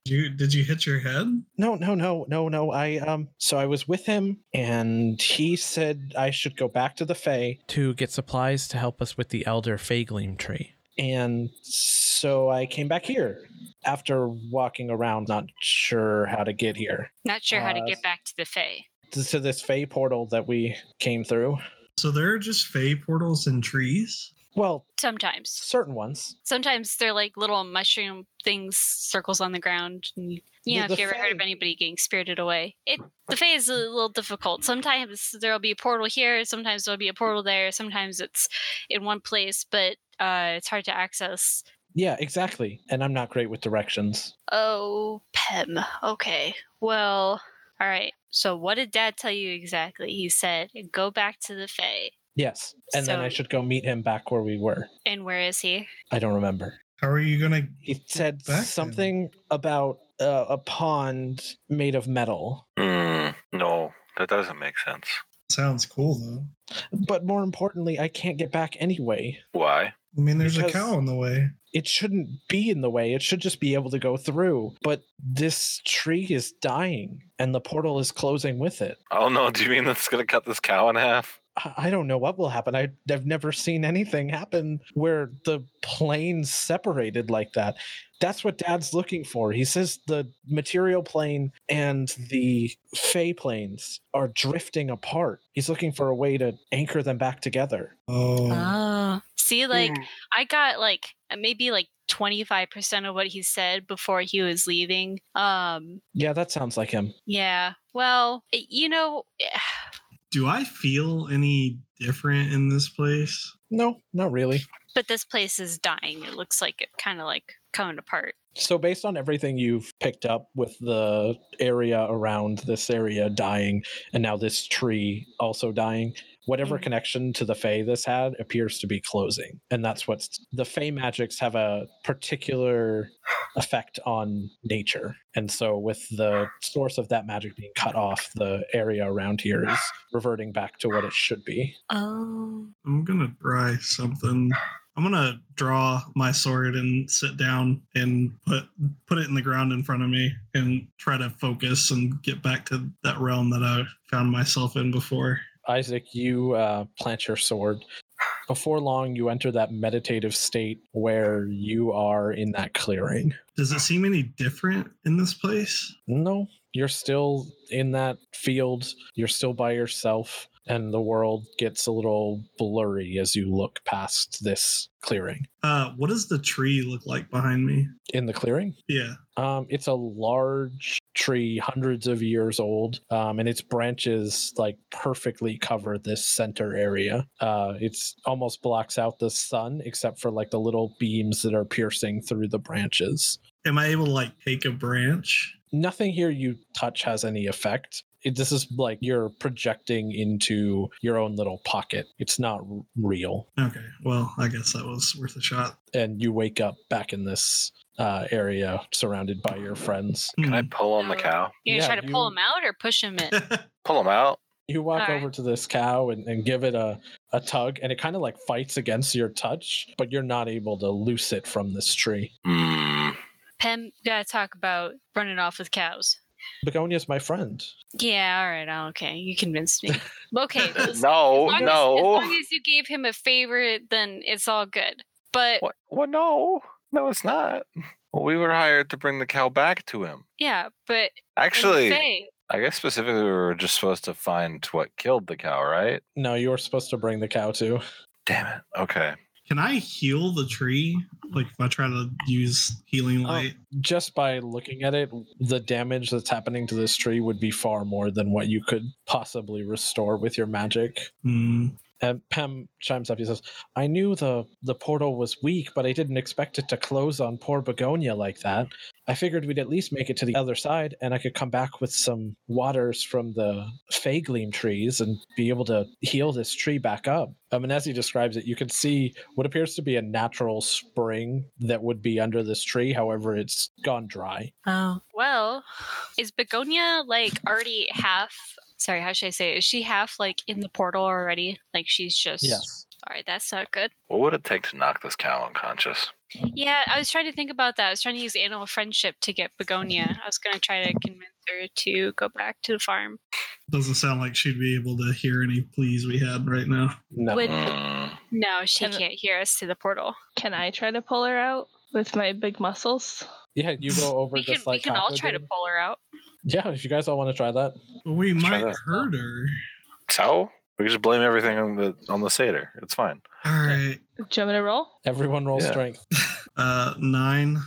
S5: You did you hit your head?
S1: No, no, no, no, no. I um so I was with him and he said I should go back to the Fae
S8: To get supplies to help us with the elder Fagleam tree.
S1: and so I came back here after walking around not sure how to get here
S7: Not sure how to
S1: Uh,
S7: get back to the Fae.
S1: to, to this Fae portal that we came through.
S5: So there are just Fae portals in trees.
S1: Well,
S7: Sometimes.
S1: certain ones.
S7: Sometimes they're like little mushroom things, circles on the ground. And,
S1: Yeah,
S7: you know,
S1: the
S7: if you ever heard of
S1: Fae-
S7: anybody getting spirited away, it the Fae is a little difficult. Sometimes there'll be a portal here, sometimes there'll be a portal there, sometimes it's in one place, but uh, it's hard to access.
S1: Yeah, exactly. And I'm not great with directions.
S7: Oh, Pem. Okay. Well, all right. So, what did Dad tell you exactly? He said, go back to the Fae.
S1: Yes. And then I
S7: So-
S1: should go meet him back where we were.
S7: And where is he?
S1: I don't remember.
S5: How are you gonna
S1: He said
S5: Back then.
S1: something about uh, a pond made of metal.
S6: Hmm, no, that doesn't make sense.
S5: sounds cool though?
S1: But more importantly, I can't get back anyway.
S6: Why?
S5: I mean there's
S1: Because-
S5: a cow in the way.
S1: It shouldn't be in the way. It should just be able to go through. But this tree is dying and the portal is closing with it.
S6: Oh no, do you mean that's gonna cut this cow in half?
S1: I- I don't know what will happen. I, I've never seen anything happen where the planes separated like that. That's what Dad's looking for. He says the material plane and the Fey planes are drifting apart. He's looking for a way to anchor them back together.
S5: Oh
S7: Oh. See, like, I got like uh, maybe like 25% of what he said before he was leaving. Um
S1: Yeah, that sounds like him.
S7: yeah. Well, it- you know, eh,
S5: do I feel any different in this place?
S1: No, not really.
S7: but this place is dying. It looks like it kind of like coming apart.
S1: So, based on everything you've picked up with the area around this area dying, and now this tree also dying, whatever
S7: Mhm.
S1: connection to the Fae this had appears to be closing. And that's what's the Fae magics have a particular effect on nature. And so, with the source of that magic being cut off, the area around here is reverting back to what it should be.
S7: Oh.
S5: I'm gonna try something. I'm gonna draw my sword and sit down and put put it in the ground in front of me and try to focus and get back to that realm that I found myself in before.
S1: Isaac, you uh, plant your sword. Before long, you enter that meditative state where you are in that clearing.
S5: Does it seem any different in this place?
S1: No, you're still in that field. You're still by yourself, and the world gets a little blurry as you look past this clearing.
S5: Uh, what does the tree look like behind me?
S1: In the clearing,
S5: Yeah.
S1: Um, it's a large tree, hundreds of years old, um, and its branches like perfectly cover this center area. Uh, it's almost blocks out the sun, except for like the little beams that are piercing through the branches.
S5: Am I able to like take a branch?
S1: Nothing here you touch has any effect. It, this is like you're projecting into your own little pocket. It's not r- real.
S5: Okay. Well, I guess that was worth a shot.
S1: And you wake up back in this uh, area surrounded by your friends.
S6: Can I
S5: Hmm.
S6: pull on the
S7: No.
S6: cow?
S7: You
S1: Yeah,
S7: gonna try to pull
S1: you-
S7: him out or push him in?
S6: Pull him out.
S1: You walk
S7: Alright.
S1: over to this cow and, and give it a, a tug, and it kind of like fights against your touch, but you're not able to loose it from this tree.
S6: Mm,
S7: Pem, gotta talk about running off with cows.
S1: Begonia's my friend.
S7: Yeah, all right, I'll- okay, you convinced me. Okay, well, as
S6: Oh, no,
S7: long as-
S6: no.
S7: As, long as you gave him a favor, then it's all good. But
S6: What? What? No, no, it's not. Well, we were hired to bring the cow back to him.
S7: yeah, but
S6: Actually,
S7: Faye,
S6: I guess specifically we were just supposed to find what killed the cow, right?
S1: No, you were supposed to bring the cow to.
S6: Damn it. Okay.
S5: Can I heal the tree? Like if I try to use healing
S6: Oh.
S5: light?
S1: Just by looking at it, the damage that's happening to this tree would be far more than what you could possibly restore with your magic.
S5: Hmm.
S1: And Pam chimes up. He says, "I knew the the portal was weak, but I didn't expect it to close on poor Begonia like that. I figured we'd at least make it to the other side, and I could come back with some waters from the Fagleam trees and be able to heal this tree back up." Um, and as he describes it, you can see what appears to be a natural spring that would be under this tree. However, it's gone dry.
S3: Oh.
S7: well, is Begonia like already half? Sorry, how should I say? it? Is she half like in the portal already? Like she's just.
S1: Yes.
S7: All right, that's not good.
S6: What would it take to knock this cow unconscious?
S7: Yeah, I was trying to think about that. I was trying to use animal friendship to get Begonia. I was going to try to convince her to go back to the farm.
S5: Doesn't sound like she'd be able to hear any pleas we had right now.
S1: No.
S7: Would-
S5: Uh,
S6: Mm,
S7: No, she
S9: Can-
S7: can't hear us to the portal.
S9: Can I try to pull her out with my big muscles?
S1: yeah, you go over
S7: We can,
S1: just
S7: we
S1: like
S7: can all
S1: Kaka
S7: try to
S1: did.
S7: pull her out.
S1: Yeah, if you guys all want to try that.
S5: But we
S6: try
S5: might
S6: that.
S5: hurt her.
S6: so we just blame everything on the on the satyr. It's fine.
S5: All right.
S9: Do you want me to roll?
S1: Everyone roll
S6: Yeah.
S1: "Oh, strength.
S5: Uh, nine.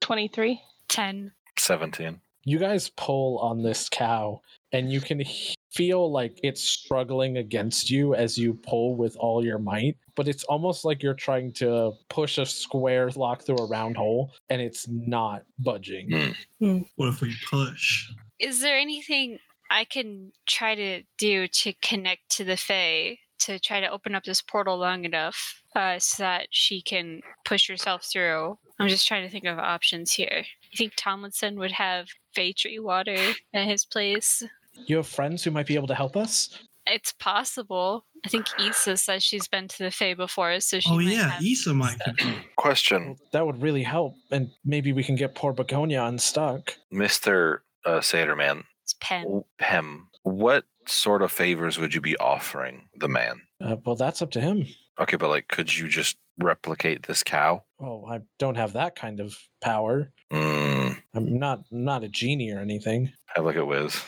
S9: 23.
S7: 10.
S6: Seventeen.
S1: you guys pull on this cow and you can he- feel like it's struggling against you as you pull with all your might but it's almost like you're trying to push a square lock through a round hole and it's not budging
S6: Mm.
S5: What if we push?
S7: Is there anything I can try to do to connect to the Fae to try to open up this portal long enough uh, so that she can push herself through? I'm just trying to think of options here. You think Tomlinson would have Fae tree water at his place?
S1: you have friends who might be able to help us
S7: It's possible. I think Issa says she's been to the Fae before, so she.
S5: oh
S7: might
S5: yeah,
S7: have-
S5: Issa might. Could help.
S6: Question,
S1: that would really help and maybe we can get poor begonia unstuck
S6: Mister uh, Satyr Man,
S7: It's Pen.
S6: w- Pem. What sort of favors would you be offering the man?
S1: uh, well that's up to him
S6: Okay, but like, could you just replicate this cow?
S1: oh i don't have that kind of power
S6: Mm,
S1: i'm not not a genie or anything
S6: I look at Wiz.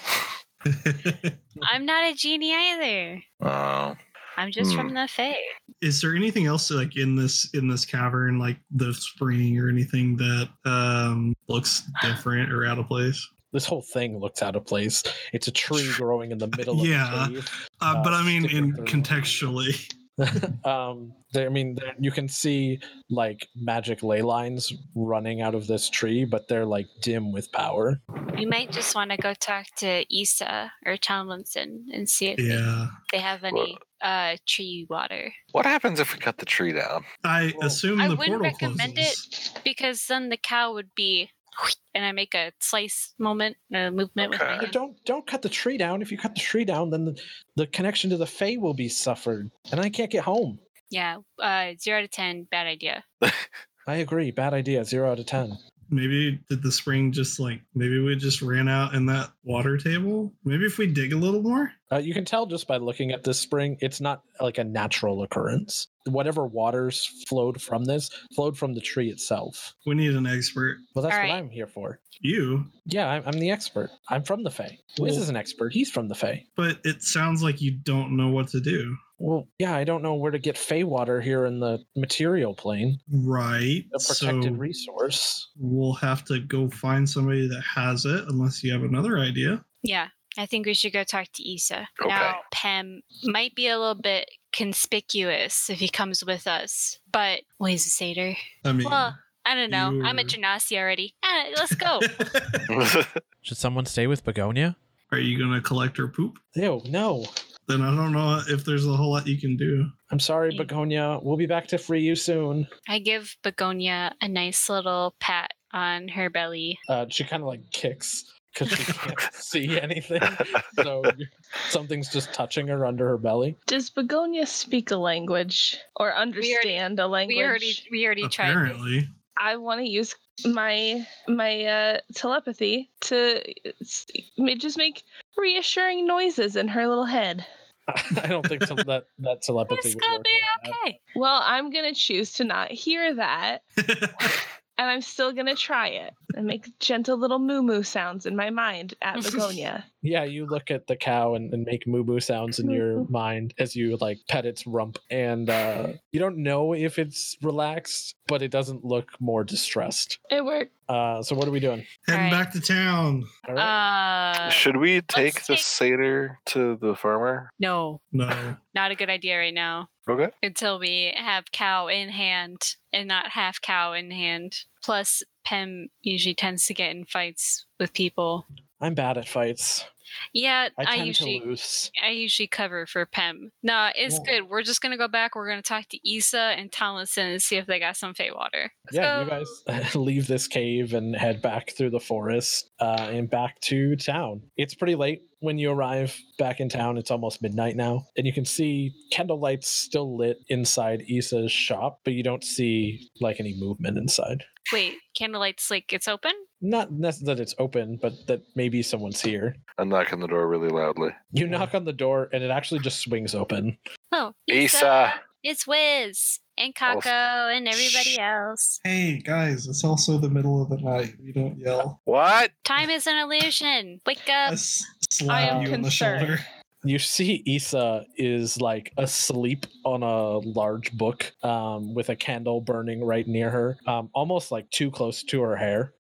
S7: I'm not a genie either.
S6: Oh,
S7: I'm just
S6: Hmm.
S7: from the Fae.
S5: Is there anything else like in this in this cavern, like the spring or anything that um looks different or out of place?
S1: this whole thing looks out of place. It's a tree growing in the middle
S5: Yeah.
S1: of a cave.
S5: Uh,
S1: Uh,
S5: but I mean,
S1: stick
S5: in
S1: with the-
S5: contextually,
S1: Um, there, I mean, there, you can see like magic ley lines running out of this tree, but they're like dim with power.
S7: We might just want to go talk to Issa or Tomlinson and see if they-
S5: yeah.
S7: they have any uh, tree water.
S6: what happens if we cut the tree down?
S5: I
S1: Well,
S5: assume
S7: I
S5: the
S7: wouldn't
S5: portal
S7: recommend
S5: closes.
S7: Because then the cow would be, and I make a slice moment, a movement with my
S6: Okay.
S7: hand.
S1: Don't don't cut the tree down. If you cut the tree down, then the, the connection to the Fae will be suffered, and I can't get home.
S7: Yeah, uh, zero out of ten, bad idea.
S1: I agree. Bad idea. Zero out of ten.
S5: Maybe did the spring just like maybe we just ran out in that water table? Maybe if we dig a little more.
S1: Uh, you can tell just by looking at this spring, it's not like a natural occurrence. Whatever waters flowed from this flowed from the tree itself.
S5: We need an expert.
S1: Well, that's
S7: All
S1: what
S7: right.
S1: I'm here for.
S5: You,
S1: Yeah, I'm, I'm the expert. I'm from the Fae. Wiz
S5: Well-
S1: is an expert. He's from the Fae.
S5: but it sounds like you don't know what to do.
S1: Well, yeah, I don't know where to get Fae water here in the material plane,
S5: Right.
S1: a
S5: So
S1: protected resource.
S5: we'll have to go find somebody that has it unless you have another idea.
S7: Yeah, I think we should go talk to Issa.
S6: Okay.
S7: Now, Pem might be a little bit conspicuous if he comes with us, but well, he's a satyr.
S5: I mean
S7: Well, I don't know. I'm a
S6: Mm.
S5: You're-
S7: genasi already. Ah, let's go.
S6: I
S8: Should someone stay with Begonia?
S5: Are you gonna collect her poop?
S1: Ew, no.
S5: Then I don't know if there's a whole lot you can do.
S1: I'm sorry,
S7: Mm.
S1: Begonia. We'll be back to free you soon.
S7: I give Begonia a nice little pat on her belly.
S1: Uh, she kind of like kicks because she can't see anything. So something's just touching her under her belly.
S9: Does Begonia speak a language or understand a language?
S7: We already we already tried. this.
S5: Apparently,
S9: I want to use my my uh, telepathy to s- ma- just make reassuring noises in her little head.
S1: I don't think so, that that telepathy
S7: It's
S1: would
S7: gonna
S1: work.
S7: be
S1: like that.
S7: okay.
S9: Well, I'm gonna choose to not hear that, and I'm still gonna try it and make gentle little moo moo sounds in my mind at Begonia.
S1: Yeah, you look at the cow and, and make moo moo sounds in your mind as you like pet its rump, and uh, you don't know if it's relaxed, but it doesn't look more distressed.
S9: it worked.
S1: Uh, so what are we doing?
S5: heading
S7: Alright.
S5: back to town.
S1: All right.
S7: Uh,
S6: Should we take the
S7: take-
S6: satyr to the farmer?
S7: no,
S5: No,
S7: not a good idea right now.
S6: Okay.
S7: Until we have cow in hand and not half cow in hand. Plus, Pem usually tends to get in fights with people.
S1: I'm bad at fights.
S7: Yeah,
S1: I
S7: I,
S1: tend
S7: usually
S1: to lose.
S7: I usually cover for Pem. No, it's
S1: Yeah.
S7: good. We're just gonna go back. We're gonna talk to Issa and Tomlinson and see if they got some Fey water. Let's
S1: yeah,
S7: go.
S1: you guys leave this cave and head back through the forest uh, and back to town. It's pretty late when you arrive back in town. It's almost midnight now, and you can see candle lights still lit inside Issa's shop, but you don't see like any movement inside.
S7: Wait, candlelight's like it's open.
S1: Not nec- that it's open, but that maybe someone's here.
S6: I'm knocking the door really loudly.
S1: You knock on the door, and it actually just swings open.
S7: Oh,
S6: Issa,
S7: It's Wiz and
S6: I'll-
S7: Kako and everybody else.
S5: hey guys, it's also the middle of the night. We don't yell.
S6: what?
S7: Time is an illusion. Wake
S5: I
S7: up.
S5: s-
S9: I
S5: slap
S9: am
S5: you on the
S9: concerned.
S5: shoulder.
S1: You see Issa is like asleep on a large book um, with a candle burning right near her, um, almost like too close to her hair.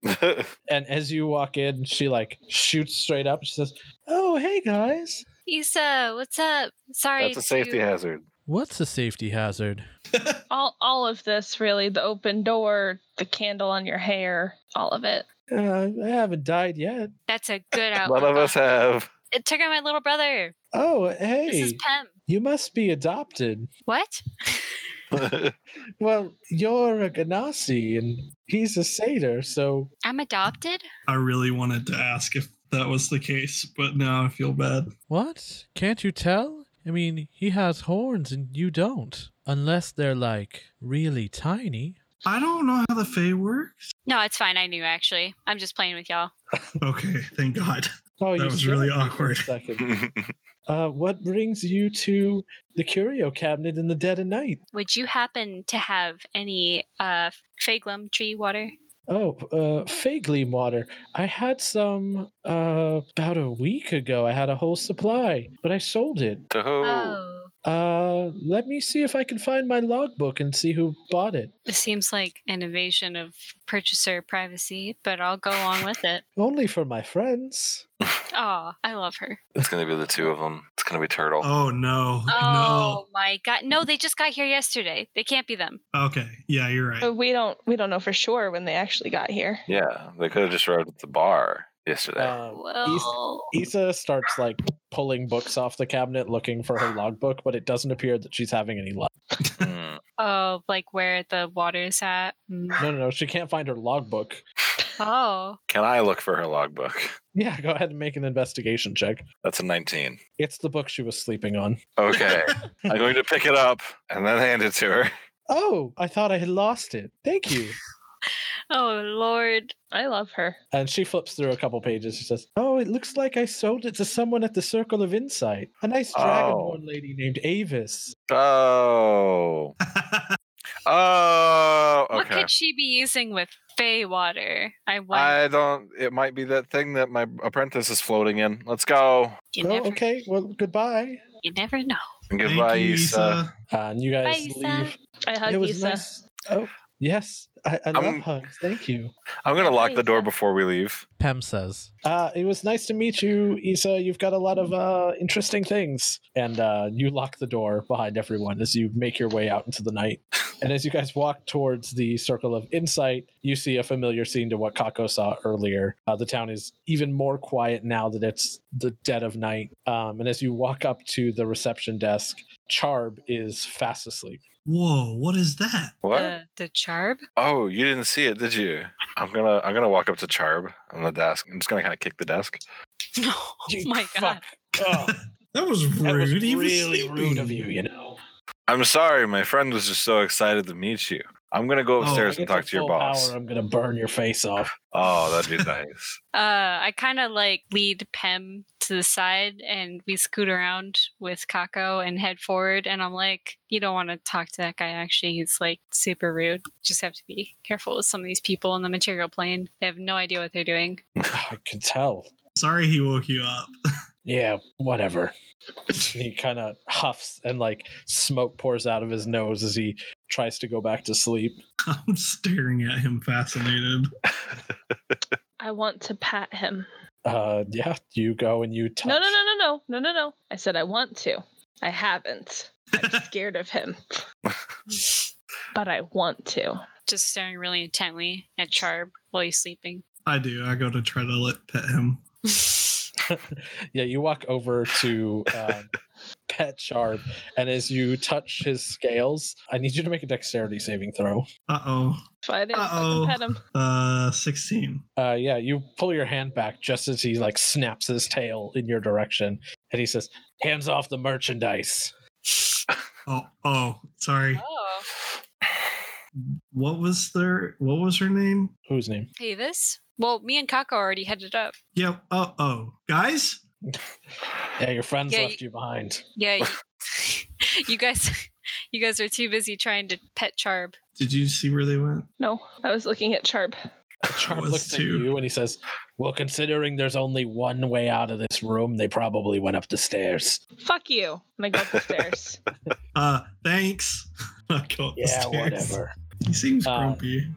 S1: And as you walk in, she like shoots straight up. She says, Oh, hey guys.
S7: Issa, what's up? Sorry.
S6: That's a safety
S7: to-
S6: hazard.
S8: What's a safety hazard?
S9: All all of this really the open door, the candle on your hair, all of it.
S1: Uh, I haven't died yet.
S7: That's a good outlook.
S6: None of us have.
S7: It took out my little brother.
S1: Oh,
S7: This is
S1: hey,
S7: Pem.
S1: you must be adopted.
S7: What?
S1: Well, you're a Ganassi and he's a satyr, so
S7: I'm adopted?
S5: I really wanted to ask if that was the case, but now I feel bad.
S8: What? Can't you tell? I mean, he has horns and you don't. Unless they're like really tiny.
S5: I don't know how the Fae works.
S7: No, it's fine. I knew actually. I'm just playing with y'all.
S5: Okay, thank God.
S1: oh,
S5: That
S1: you
S5: was really
S1: scared me for a
S5: awkward.
S1: second. Uh, what brings you to the curio cabinet in the dead of night?
S7: Would you happen to have any uh Faglum tree water?
S1: Oh, uh, Fay Gleam water. I had some uh, about a week ago. I had a whole supply, but I sold it.
S6: to who?
S7: Oh.
S1: Uh, let me see if I can find my logbook and see who bought it.
S7: It seems like an invasion of purchaser privacy, but I'll go along with it.
S1: Only for my friends.
S7: Aw, I love her.
S6: It's gonna be the two of them. It's gonna be Turtle.
S5: Oh no,
S7: Oh my god. No, they just got here yesterday. They can't be them.
S9: Oh.
S5: no. Okay, yeah, you're right.
S9: But we don't we don't know for sure when they actually got here.
S6: Yeah, they could have just arrived at the bar yesterday.
S1: Uh, Is-
S7: Well,
S1: Isa starts like pulling books off the cabinet looking for her logbook, but it doesn't appear that she's having any luck.
S6: Mm.
S7: oh, like where the water's at. Mm.
S1: No, no, no. She can't find her logbook.
S7: Oh,
S6: Can I look for her logbook?
S1: Yeah, go ahead and make an investigation check.
S6: That's a 19.
S1: It's the book she was sleeping on.
S6: Okay. I'm going to pick it up and then hand it to her.
S1: Oh, I thought I had lost it. Thank you.
S7: oh Lord.
S9: I love her.
S1: and she flips through a couple pages. She says, Oh, it looks like I sold it to someone at the Circle of Insight. A nice dragonborn
S6: Oh.
S1: lady named Avis.
S6: Oh. Oh.
S7: What
S6: Okay.
S7: could she be using with Fey water? I wonder.
S6: I don't. It might be that thing that my apprentice is floating in. Let's go.
S7: you,
S1: Oh,
S7: never,
S1: okay. Well, goodbye.
S7: you never know.
S6: And
S5: Thank
S6: goodbye,
S5: you,
S6: Issa.
S5: Issa.
S1: Uh, and you
S7: Bye,
S1: guys
S7: Isa.
S1: leave.
S9: I hug
S1: it was
S9: Issa.
S1: nice. Oh, yes. I, I love
S6: I'm-
S1: hugs. Thank you.
S6: I'm going to lock the door
S9: Issa.
S6: before we leave.
S8: Pem says.
S1: Uh, it was nice to meet you, Isa. You've got a lot of uh, interesting things. And uh, you lock the door behind everyone as you make your way out into the night. And as you guys walk towards the circle of insight, you see a familiar scene to what Kako saw earlier. Uh, the town is even more quiet now that it's the dead of night. Um, and as you walk up to the reception desk, Charb is fast asleep.
S5: Whoa, what is that?
S6: What?
S7: The, the charb?
S6: oh, you didn't see it, did you? I'm gonna I'm gonna walk up to Charb on the desk. I'm just gonna kind of kick the desk.
S7: Oh
S1: You
S7: my god.
S1: fuck. Oh,
S5: that was rude.
S1: that was
S5: He was
S1: really rude
S5: sleeping.
S1: of you, you know.
S6: I'm sorry, my friend was just so excited to meet you. I'm gonna go
S5: Oh,
S6: upstairs and
S1: It's
S6: talk
S1: a
S6: to your
S1: full
S6: boss.
S1: hour, I'm gonna burn your face off.
S6: Oh, that'd be nice.
S7: Uh, I kind of like lead Pem to the side and we scoot around with Kako and head forward. And I'm like, you don't want to talk to that guy, actually. He's like super rude. Just have to be careful with some of these people on the material plane. They have no idea what they're doing.
S1: I can tell.
S5: Sorry he woke you up.
S1: Yeah, whatever. And he kind of huffs and like smoke pours out of his nose as he tries to go back to sleep.
S5: I'm staring at him fascinated.
S9: I want to pat him.
S1: Uh, yeah, you go and you touch.
S9: No, no, no, no, no, no, no, no. I said I want to. I haven't. I'm scared of him, but I want to.
S7: Just staring really intently at Charb while he's sleeping.
S5: I do. I go to try to let pet him.
S1: yeah, you walk over to um, Pet Sharp, and as you touch his scales, I need you to make a dexterity saving throw.
S5: Uh oh.
S9: If I didn't
S5: Uh-oh.
S9: fucking pet him,
S5: Uh, 16.
S1: Uh, yeah, you pull your hand back just as he like snaps his tail in your direction, and he says, "Hands off the merchandise."
S5: Oh, oh, sorry.
S7: Oh.
S5: What was their, what was her name?
S1: Whose name?
S7: Hey, this? Well, me and Kako already headed up.
S5: Yep. Oh, oh. Guys?
S1: Yeah, your friends
S7: Yeah,
S1: left you behind.
S7: Yeah. You, you guys. You guys are too busy trying to pet Charb.
S5: Did you see where they went?
S9: no, I was looking at Charb.
S1: Charm
S5: was
S1: looks
S5: too.
S1: at you and he says, Well, considering there's only one way out of this room, they probably went up the stairs.
S9: Fuck you. And I go up the stairs.
S5: Uh, thanks. I go up the
S1: Yeah,
S5: stairs.
S1: whatever.
S5: He seems
S1: Uh,
S5: grumpy.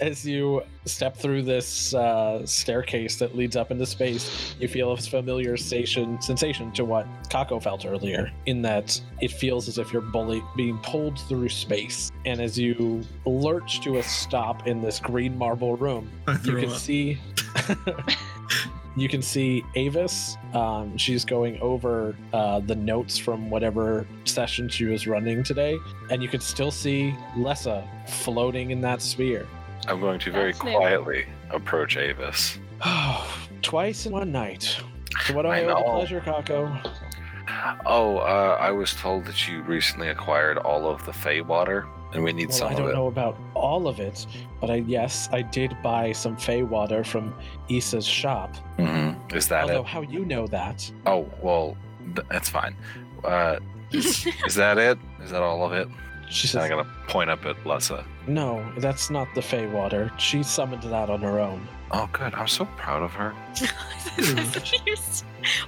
S1: As you step through this uh, staircase that leads up into space, you feel a familiar station, sensation to what Kako felt earlier, in that it feels as if you're bully- being pulled through space. And as you lurch to a stop in this green marble room,
S5: I
S1: you
S5: throw
S1: can
S5: up.
S1: see you can see avis um, she's going over uh, the notes from whatever session she was running today and you can still see lessa floating in that sphere
S6: I'm going to very
S9: That's new.
S6: quietly approach Avis.
S1: twice in one night so what do i,
S6: I
S1: owe the
S6: know.
S1: pleasure kako
S6: Oh, uh, I was told that you recently acquired all of the Fey water, and we need
S1: well
S6: some
S1: i
S6: of
S1: don't
S6: it.
S1: know about all of it but i yes i did buy some fey water from isa's shop
S6: Mhm. Is that
S1: although
S6: it?
S1: how you know that
S6: Oh, well, th- that's fine. Uh, is that it? Is that all of it?
S1: she
S6: And
S1: says
S6: I'm gonna point up at Lessa.
S1: no that's not the fey water she summoned that on her own
S6: Oh, good. I'm so proud of her.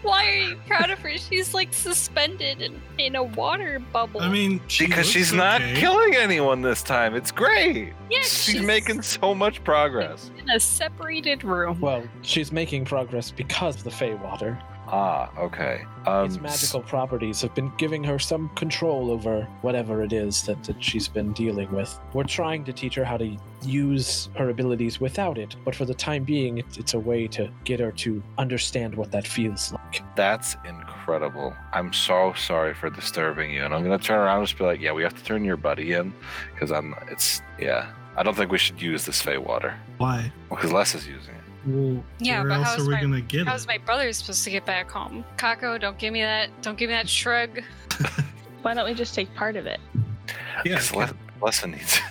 S7: Why are you proud of her? She's like suspended in, in a water bubble.
S5: I mean, she
S6: because
S5: looks
S6: she's not
S5: okay.
S6: killing anyone this time. It's great.
S7: yeah,
S6: she's, making so much progress.
S7: in a separated room.
S1: Well, she's making progress because of the Fey water.
S6: Ah, okay. Um,
S1: its magical properties have been giving her some control over whatever it is that, that she's been dealing with. We're trying to teach her how to use her abilities without it, but for the time being, it, it's a way to get her to understand what that feels like.
S6: That's incredible. I'm so sorry for disturbing you. And I'm gonna turn around and just be like, yeah, we have to turn your buddy in because I'm. It's yeah. I don't think we should use this Fey water
S5: Why?
S6: because Les is using it.
S5: Well,
S7: Yeah,
S5: where
S7: but
S5: else
S7: how's
S5: are we
S7: my-
S5: gonna get
S7: How's
S5: it?
S7: my brother supposed to get back home? Kako, don't give me that. Don't give me that shrug.
S9: Why don't we just take part of it?
S5: Yeah,
S6: Because Les, Les needs it.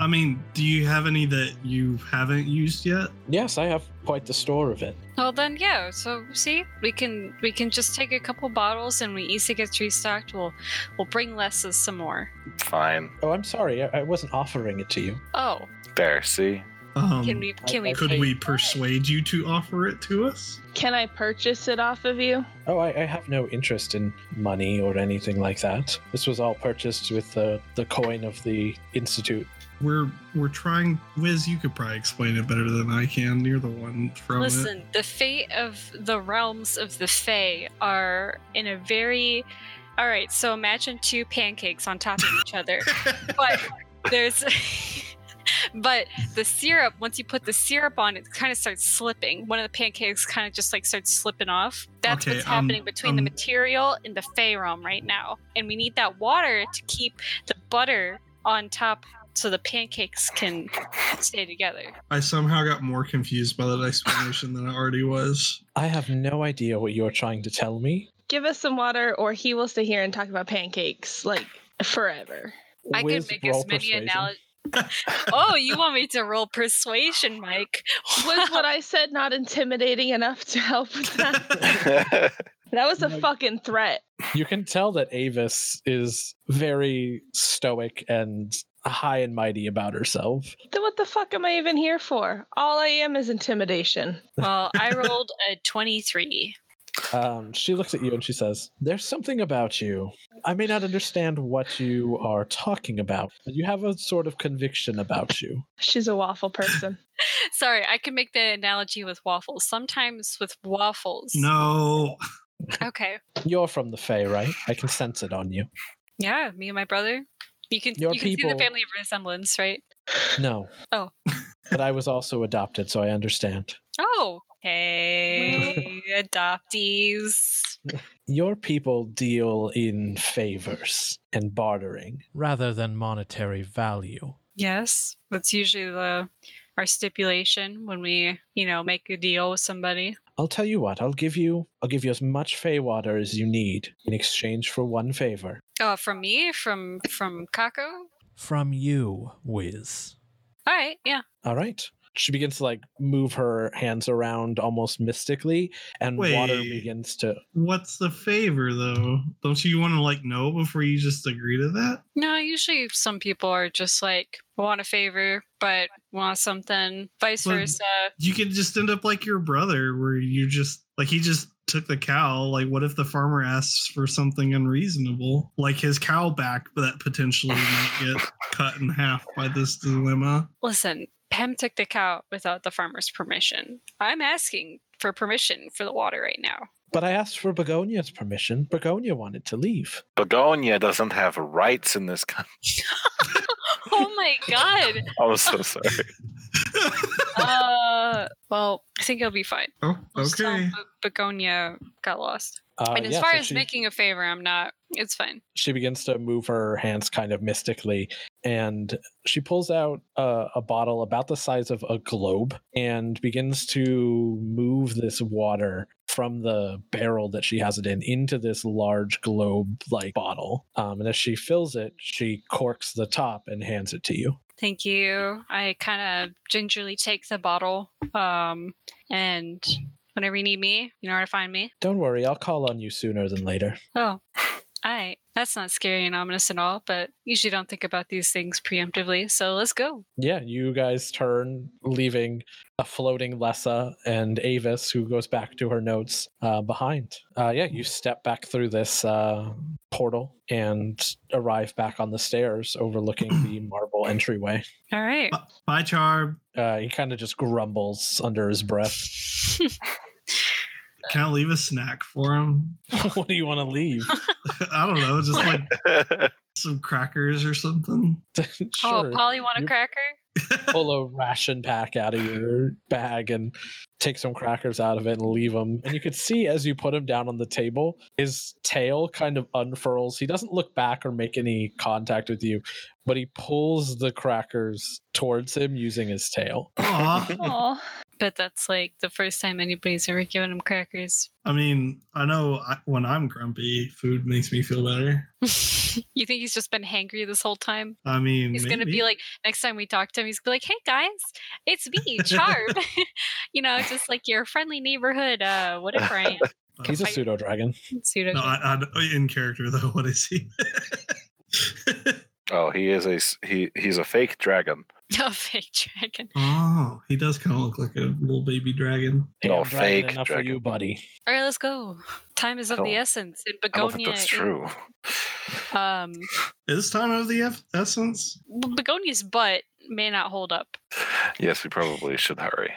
S5: I mean, do you have any that you haven't used yet?
S1: Yes, I have quite the store of it.
S7: Well then, yeah. So see, we can we can just take a couple bottles, and when Issa gets restocked, we'll we'll bring Lessa some more.
S6: Fine.
S1: Oh, I'm sorry, I, I wasn't offering it to you.
S7: Oh,
S6: There. See.
S5: Um,
S7: can we can we
S5: could
S7: pay-
S5: we persuade you to offer it to us?
S9: Can I purchase it off of you?
S1: Oh, I, I have no interest in money or anything like that. This was all purchased with the, the coin of the Institute.
S5: We're we're trying. Wiz, you could probably explain it better than I can. You're the one from it.
S7: Listen, the fate of the realms of the Fae are in a very. All right, so imagine two pancakes on top of each other, but There's. But the syrup, once you put the syrup on, it kind of starts slipping. One of the pancakes kind of just like starts slipping off. That's
S5: Okay,
S7: what's
S5: um,
S7: happening between the
S5: um,
S7: material and the fey realm right now. And we need that water to keep the butter on top so the pancakes can stay together.
S5: I somehow got more confused by that explanation than I already was.
S1: I have no idea what you're trying to tell me.
S9: Give us some water, or he will stay here and talk about pancakes like forever.
S7: I could
S1: Wiz,
S7: make
S1: roll
S7: as many
S1: persuasion.
S7: analogies. oh, you want me to roll persuasion, Mike?
S9: Was what I said not intimidating enough to help with that? That was a
S1: Like-
S9: fucking threat.
S1: You can tell that Avis is very stoic and high and mighty about herself.
S9: Then what the fuck am I even here for? All I am is intimidation.
S7: well, I rolled a 23.
S1: Um, she looks at you and she says, There's something about you. I may not understand what you are talking about, but you have a sort of conviction about you.
S9: She's a waffle person.
S7: Sorry, I can make the analogy with waffles. Sometimes with waffles.
S5: No,
S7: Okay.
S1: You're from the Fae, right? I can sense it on you.
S7: Yeah, me and my brother. You can
S1: Your
S7: you can see the
S1: people-
S7: family resemblance, right?
S1: No.
S7: Oh.
S1: but I was also adopted, so I understand.
S7: Oh, hey, adoptees.
S1: Your people deal in favors and bartering.
S8: rather than monetary value.
S7: Yes, that's usually the our stipulation when we, you know, make a deal with somebody.
S1: I'll tell you what, I'll give you I'll give you as much Fey water as you need in exchange for one favor.
S7: Oh, from me, from from Kako.
S8: From you, Wiz.
S7: All right, yeah.
S1: All right. She begins to like move her hands around almost mystically, and water
S5: Wait.
S1: begins to
S5: what's the favor though? Don't you want to like know before you just agree to that?
S7: No, usually some people are just like want a favor, but want something, vice
S1: Mm-hmm.
S5: Well,
S7: versa.
S5: You could just end up like your brother, where you just like he just took the cow. Like, what if the farmer asks for something unreasonable, like his cow back that potentially might get cut in half by this dilemma?
S7: Listen, Pam took the cow without the farmer's permission. I'm asking for permission for the water right now.
S1: But I asked for Begonia's permission. Begonia wanted to leave.
S6: Begonia doesn't have rights in this country.
S7: Oh my god.
S6: I'm so sorry.
S7: Uh, well, I think you'll be fine.
S5: oh,
S7: We'll just tell
S5: okay.
S7: Be- Begonia got lost.
S1: Uh,
S7: and as
S1: yeah,
S7: far
S1: so
S7: as
S1: she,
S7: making a favor, I'm not. It's fine.
S1: she begins to move her hands kind of mystically, and she pulls out a, a bottle about the size of a globe and begins to move this water from the barrel that she has it in into this large globe-like bottle. Um, and as she fills it, she corks the top and hands it to you.
S7: Thank you. I kind of gingerly take the bottle. Um, and whenever you need me, you know where to find me.
S1: Don't worry, I'll call on you sooner than later.
S7: Oh, I. That's not scary and ominous at all. But usually don't think about these things preemptively. So let's go.
S1: yeah, you guys turn, leaving a floating Lessa and Avis, who goes back to her notes uh, behind. Uh, yeah, you step back through this uh, portal and arrive back on the stairs overlooking the marble entryway.
S7: All right.
S5: Bye, Charb.
S1: Uh, he kind of just grumbles under his breath.
S5: Can I leave a snack for him?
S1: what do you want to leave?
S5: I don't know, just like some crackers or something.
S1: sure.
S7: Oh, Polly, want a
S1: You're-
S7: cracker?
S1: pull a ration pack out of your bag and take some crackers out of it and leave them. And you could see as you put him down on the table, his tail kind of unfurls. He doesn't look back or make any contact with you, but he pulls the crackers towards him using his tail.
S5: Aw.
S9: Aw.
S7: But that's like the first time anybody's ever given him crackers.
S5: I mean, I know I, when I'm grumpy, food makes me feel better.
S7: you think he's just been hangry this whole time?
S5: I mean,
S7: He's gonna
S5: maybe.
S7: be like next time we talk to him, he's gonna be like, "Hey guys, it's me, Charb." you know, just like your friendly neighborhood, uh, whatever I
S1: He's a
S7: I-
S1: pseudo dragon.
S7: am. Pseudo.
S5: no, I, I, in character though. What is he?
S6: oh, he is a s- he. He's a fake dragon.
S7: no fake dragon.
S5: oh, he does kind of look like a little baby dragon.
S6: No,
S1: I'm dragon
S6: fake
S1: enough for
S6: dragon.
S1: you, buddy.
S7: All right, let's go. Time is
S6: I
S7: of the
S6: don't-
S7: essence, and
S6: I don't
S7: Begonia.
S6: think that's
S7: is-
S6: true.
S7: um,
S5: Is time of the F- essence?
S7: well, Begonia's butt may not hold up.
S6: Yes, we probably should hurry.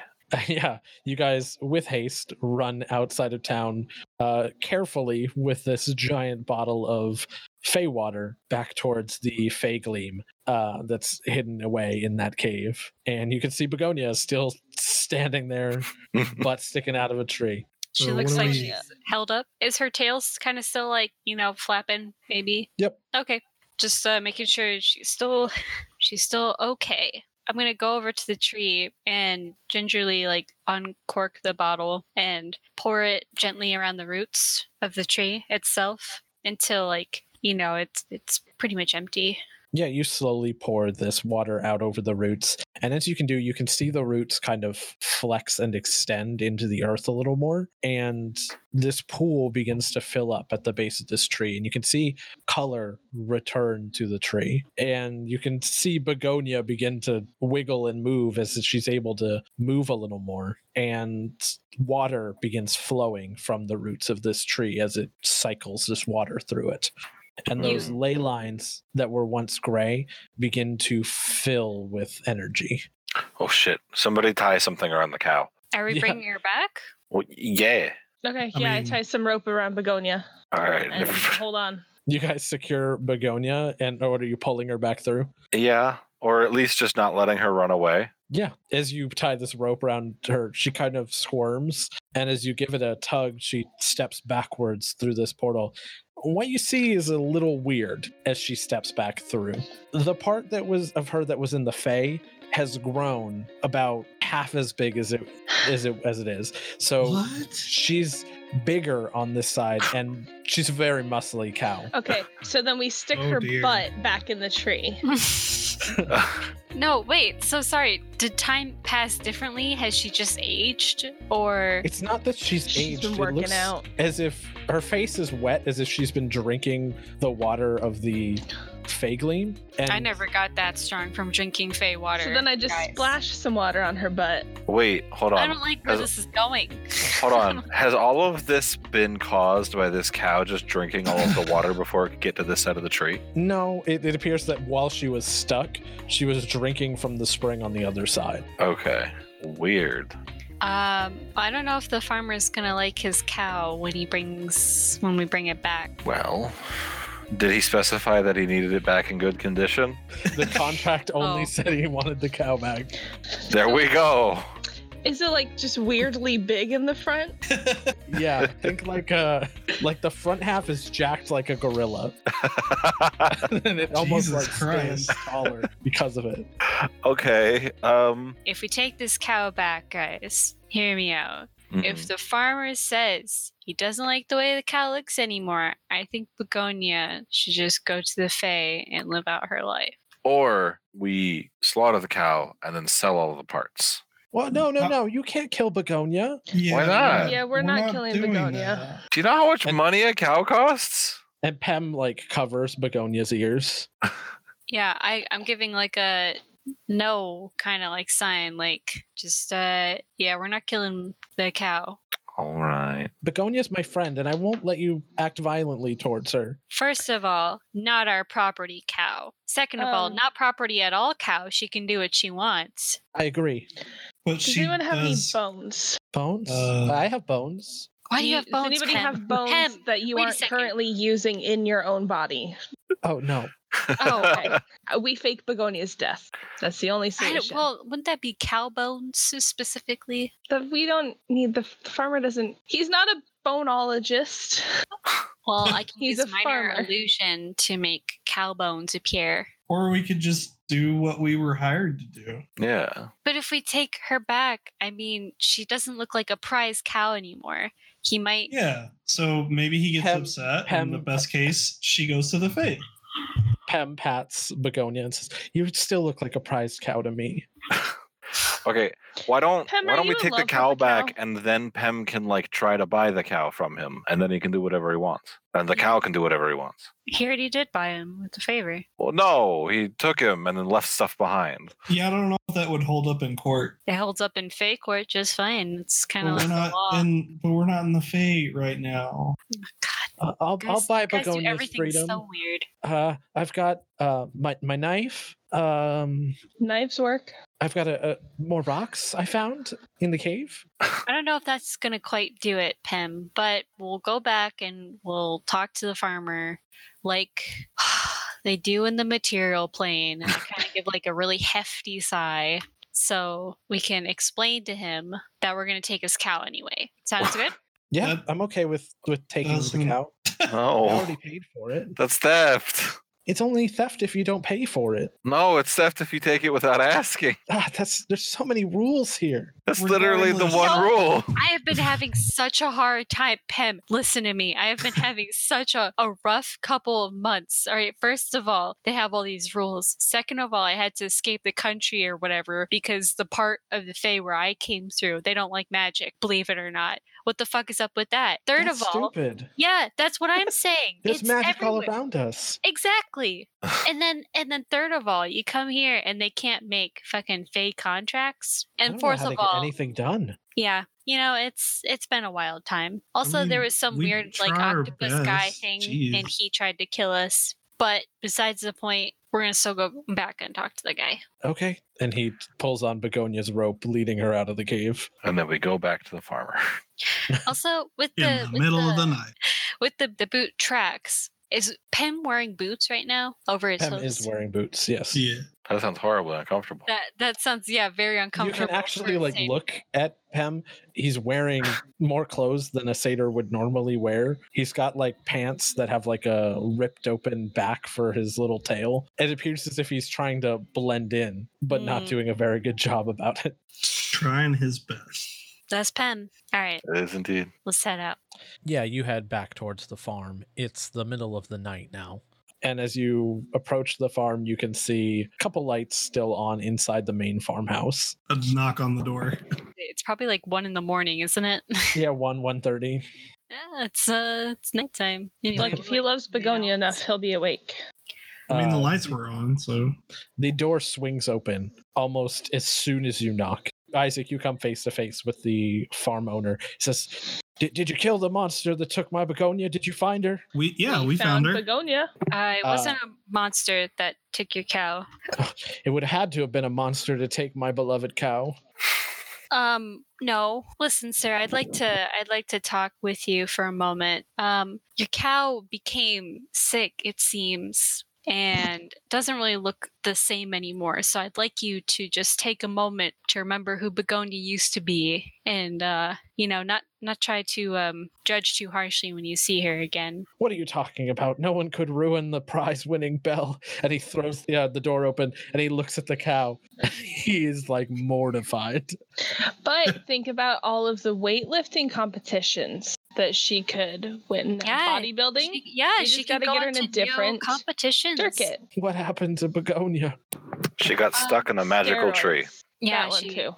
S1: yeah, you guys with haste run outside of town, uh, carefully with this giant bottle of fey water back towards the fey gleam uh, that's hidden away in that cave. And you can see Begonia is still standing there, butt sticking out of a tree.
S7: She
S5: So
S7: looks
S5: Uh, what do
S7: like
S5: we-
S7: she's held up. Is her tail kind of still like, you know, flapping maybe?
S1: Yep.
S7: Okay. Just uh, making sure she's still she's still okay. I'm going to go over to the tree and gingerly like uncork the bottle and pour it gently around the roots of the tree itself until like, you know, it's it's pretty much empty.
S1: Yeah, you slowly pour this water out over the roots. And as you can do, you can see the roots kind of flex and extend into the earth a little more. And this pool begins to fill up at the base of this tree. And you can see color return to the tree. And you can see Begonia begin to wiggle and move as she's able to move a little more. And water begins flowing from the roots of this tree as it cycles this water through it and
S7: You-
S1: those ley lines that were once gray begin to fill with energy.
S6: Oh shit! Somebody tie something around the cow.
S7: Are we
S1: Yeah.
S7: bringing her back?
S6: Well, yeah.
S9: Okay,
S5: I
S9: yeah, I
S5: mean-
S9: tie some rope around Begonia
S6: All right.
S9: and hold on.
S1: You guys secure Begonia, and or are you pulling her back through?
S6: yeah, or at least just not letting her run away.
S1: Yeah. As you tie this rope around her, she kind of squirms, and as you give it a tug, she steps backwards through this portal. What you see is a little weird as she steps back through. The part that was of her that was in the Fey has grown about half as big as it as it as it is. So
S5: What?
S1: she's bigger on this side and she's a very muscly cow
S9: Okay, so then we stick
S5: Oh,
S9: her
S5: dear.
S9: butt back in the tree.
S7: No, wait. So sorry. Did time pass differently? Has she just aged or
S1: it's not that she's,
S9: She's
S1: aged
S9: been
S1: it
S9: working
S1: looks
S9: out.
S1: as if her face is wet as if she's been drinking the water of the fagleam and
S7: I never got that strong from drinking fey water.
S9: So then I just
S7: guys.
S9: splash some water on her butt.
S6: Wait, hold
S7: I
S6: on.
S7: don't like where
S6: As-
S7: this is going.
S6: uh, Hold on. Has all of this been caused by this cow just drinking all of the water before it could get to this side of the tree?
S1: no it, it appears that while she was stuck she was drinking from the spring on the other side
S6: Okay. Weird.
S7: um, I don't know if the farmer's gonna like his cow when he brings when we bring it back.
S6: Well, did he specify that he needed it back in good condition?
S1: the contract only
S7: Oh.
S1: said he wanted the cow back
S6: There we go.
S9: Is it like just weirdly big in the front?
S1: yeah i think like uh like the front half is jacked like a gorilla and it almost
S5: Jesus
S1: like stands
S5: Christ.
S1: taller because of it
S6: okay. Um.
S7: If we take this cow back, guys, hear me out.
S6: Mm-hmm. mm,
S7: If the farmer says he doesn't like the way the cow looks anymore, I think Begonia should just go to the Fae and live out her life.
S6: or we slaughter the cow and then sell all of the parts.
S1: Well, no, no,
S5: Uh,
S1: no. You can't kill Begonia.
S5: Yeah,
S6: Why not?
S9: Yeah, we're not killing
S5: doing
S9: Begonia.
S6: Do you know how much
S1: And-
S6: money a cow costs?
S1: And Pem like covers Begonia's ears.
S7: Yeah, I, I'm giving like a no kind of like sign, like just uh yeah, we're not killing the cow.
S6: All right.
S1: Begonia's my friend, and I won't let you act violently towards her.
S7: First of all, not our property cow. Second of all,
S9: Um.
S7: not property at all cow. She can do what she wants.
S1: I agree.
S5: But
S9: Does
S5: she
S9: anyone have
S5: does-
S9: any bones?
S1: Bones?
S5: Uh,
S1: I have bones.
S7: Why do you have bones?
S9: Does anybody
S7: Pen?
S9: have bones
S7: Pen,
S9: that you
S7: wait a
S9: aren't
S7: second.
S9: currently using in your own body?
S1: Oh no.
S7: Oh,
S9: Okay. Uh, we fake Begonia's death. That's the only
S7: I don't-
S9: solution.
S7: well, wouldn't that be cow bones specifically?
S9: But we don't need the, the farmer. Doesn't he's not a boneologist?
S7: Well, I can
S9: He's
S7: use
S9: a
S7: minor
S9: farmer.
S7: illusion to make cow bones appear.
S5: Or we could just do what we were hired to do.
S6: Yeah.
S7: But if we take her back, I mean, she doesn't look like a prize cow anymore. He might.
S5: Yeah. So maybe he gets
S1: Pem-
S5: upset.
S1: Pem-
S5: and the best case, she goes to the fate.
S1: Pem pats Begonia and says, You still look like a prized cow to me.
S6: Okay. Why don't
S9: Pem,
S6: Why
S9: are
S6: don't we
S9: you in
S6: take
S9: love
S6: the
S9: with the
S6: cow back
S9: cow?
S6: and then Pem can like try to buy the cow from him and then he can do whatever he wants and the
S7: Yeah.
S6: cow can do whatever he wants.
S7: He already did buy him with a favor.
S6: Well, no, he took him and then left stuff behind.
S5: Yeah, I don't know if that would hold up in court.
S7: It holds up in fake court just fine. It's kind
S5: But
S7: of
S5: we're
S7: like the
S5: not
S7: law.
S5: in. But we're not in the fate right now.
S1: Uh, I'll, I'll
S7: Guys-
S1: buy
S7: guys do
S1: Begonia's
S7: everything
S1: freedom.
S7: so weird.
S1: Uh, I've got uh, my, my knife. Um,
S9: Knives work.
S1: I've got a, a more rocks I found in the cave.
S7: I don't know if that's going to quite do it, Pem, but we'll go back and we'll talk to the farmer like they do in the material plane. And I kind of give like a really hefty sigh so we can explain to him that we're going to take his cow anyway. Sounds good?
S1: Yeah,
S5: Yep.
S1: I'm okay with with taking the
S5: Awesome.
S1: cow. I
S6: No,
S1: already paid for it.
S6: that's theft.
S1: It's only theft if you don't pay for it.
S6: No, it's theft if you take it without asking.
S1: Ah, that's there's so many rules here.
S6: That's
S5: We're
S6: literally the
S5: going
S6: one
S7: with-
S6: rule.
S7: I have been having such a hard time, Pem. Listen to me. I have been having such a, a rough couple of months. All right. First of all, they have all these rules. Second of all, I had to escape the country or whatever because the part of the Fae where I came through, they don't like magic, believe it or not. What the fuck is up with that? Third
S1: That's
S7: of all,
S1: stupid.
S7: yeah, that's what I'm saying.
S1: There's
S7: it's
S1: magic all
S7: everywhere.
S1: around us.
S7: Exactly. and then and then third of all, you come here and they can't make fucking Fae contracts.
S1: I
S7: And
S1: don't know
S7: fourth
S1: how
S7: of
S1: they get
S7: all,
S1: anything done.
S7: yeah, you know it's it's been a wild time. Also, there
S5: mean,
S7: was some
S5: we
S7: weird like
S5: try our
S7: octopus guy
S5: best.
S7: thing, and
S5: Jeez.
S7: he tried to kill us. But besides the point, we're gonna still go back and talk to the guy.
S1: Okay. And he pulls on Begonia's rope, leading her out of the cave.
S6: And then we go back to the farmer.
S7: Also, with
S5: in
S7: the,
S5: the
S7: with
S5: middle of
S7: the
S5: the night.
S7: with the, the boot tracks, is Pem wearing boots right now over his
S1: Pem
S7: hooves?
S1: is wearing boots. Yes.
S5: Yeah.
S6: That sounds horribly uncomfortable.
S7: that that sounds yeah very
S1: You
S7: uncomfortable.
S1: can
S7: for
S1: actually
S7: a
S1: like
S7: satyr.
S1: look at Pem. He's wearing more clothes than a satyr would normally wear. He's got like pants that have like a ripped open back for his little tail. It appears as if he's trying to blend in, but not
S7: Mm.
S1: doing a very good job about it.
S5: Trying his best.
S7: That's Pem. All right,
S6: It is indeed.
S7: let's head out.
S8: Yeah, you head back towards the farm. It's the middle of the night now.
S1: And as you approach the farm, you can see a couple lights still on inside the main farmhouse.
S5: A knock on the door.
S7: It's probably like one in the morning, isn't it?
S1: Yeah, one one thirty.
S7: yeah, it's uh it's nighttime. You know,
S9: Look, if he loves Begonia enough, he'll be awake.
S5: I mean, the
S1: Uh,
S5: lights were on, so
S1: the door swings open almost as soon as you knock. Isaac, you come face to face with the farm owner. He says, "Did "Did you kill the monster that took my begonia? Did you find her?"
S5: we yeah we found, her.
S9: Begonia.
S7: Uh, it
S1: Uh,
S7: wasn't a monster that took your cow.
S1: It would have had to have been a monster to take my beloved cow.
S7: Um, no. Listen, sir, I'd like to I'd like to talk with you for a moment. Um, your cow became sick, it seems, and doesn't really look the same anymore. So I'd like you to just take a moment to remember who Begonia used to be and uh, you know, not not try to um judge too harshly when you see her again.
S1: What are you talking about? No one could ruin the prize-winning bell. And he throws the, uh, the door open and he looks at the cow. he is like mortified.
S9: But think about all of the weightlifting competitions that she could win.
S7: Yeah,
S9: Bodybuilding
S7: She, yeah,
S9: You
S7: she
S9: just
S7: can
S9: gotta
S7: go
S9: get her
S7: on
S9: in a
S7: to new
S9: different
S7: competitions.
S9: circuit.
S1: What happened to begonia?
S6: She got
S7: Um,
S6: stuck in a magical tree.
S9: Steroids.
S7: Yeah,
S9: that one
S7: she-
S9: too.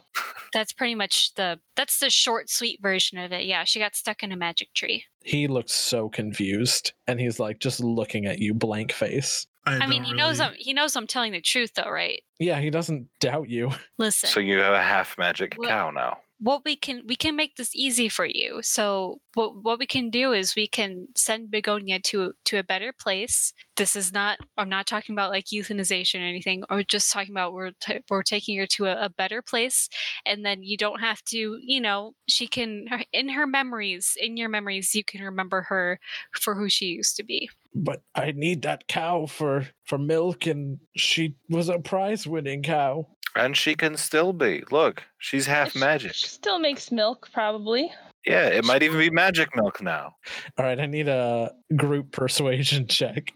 S7: That's pretty much the that's the short sweet version of it. Yeah, she got stuck in a magic tree.
S1: He looks so confused and he's like just looking at you blank face.
S5: I,
S7: I, mean,
S5: don't
S7: he knows
S5: really-
S7: I'm he knows I'm telling the truth though, right?
S1: Yeah, he doesn't doubt you.
S7: Listen,
S6: So you have a half magic
S7: What-
S6: cow now.
S7: what we can we can make this easy for you. So what what we can do is we can send Begonia to to a better place. This is not I'm not talking about like euthanization or anything. Or just talking about we're t- we're taking her to a, a better place, and then you don't have to. You know, she can her- in her memories, in your memories, you can remember her for who she used to be.
S1: but I need that cow for for milk, and she was a prize winning cow.
S6: And she can still be. Look, she's half
S9: She-
S6: magic.
S9: She still makes milk, probably.
S6: Yeah, it might even be magic milk now.
S1: All right, I need a group persuasion check.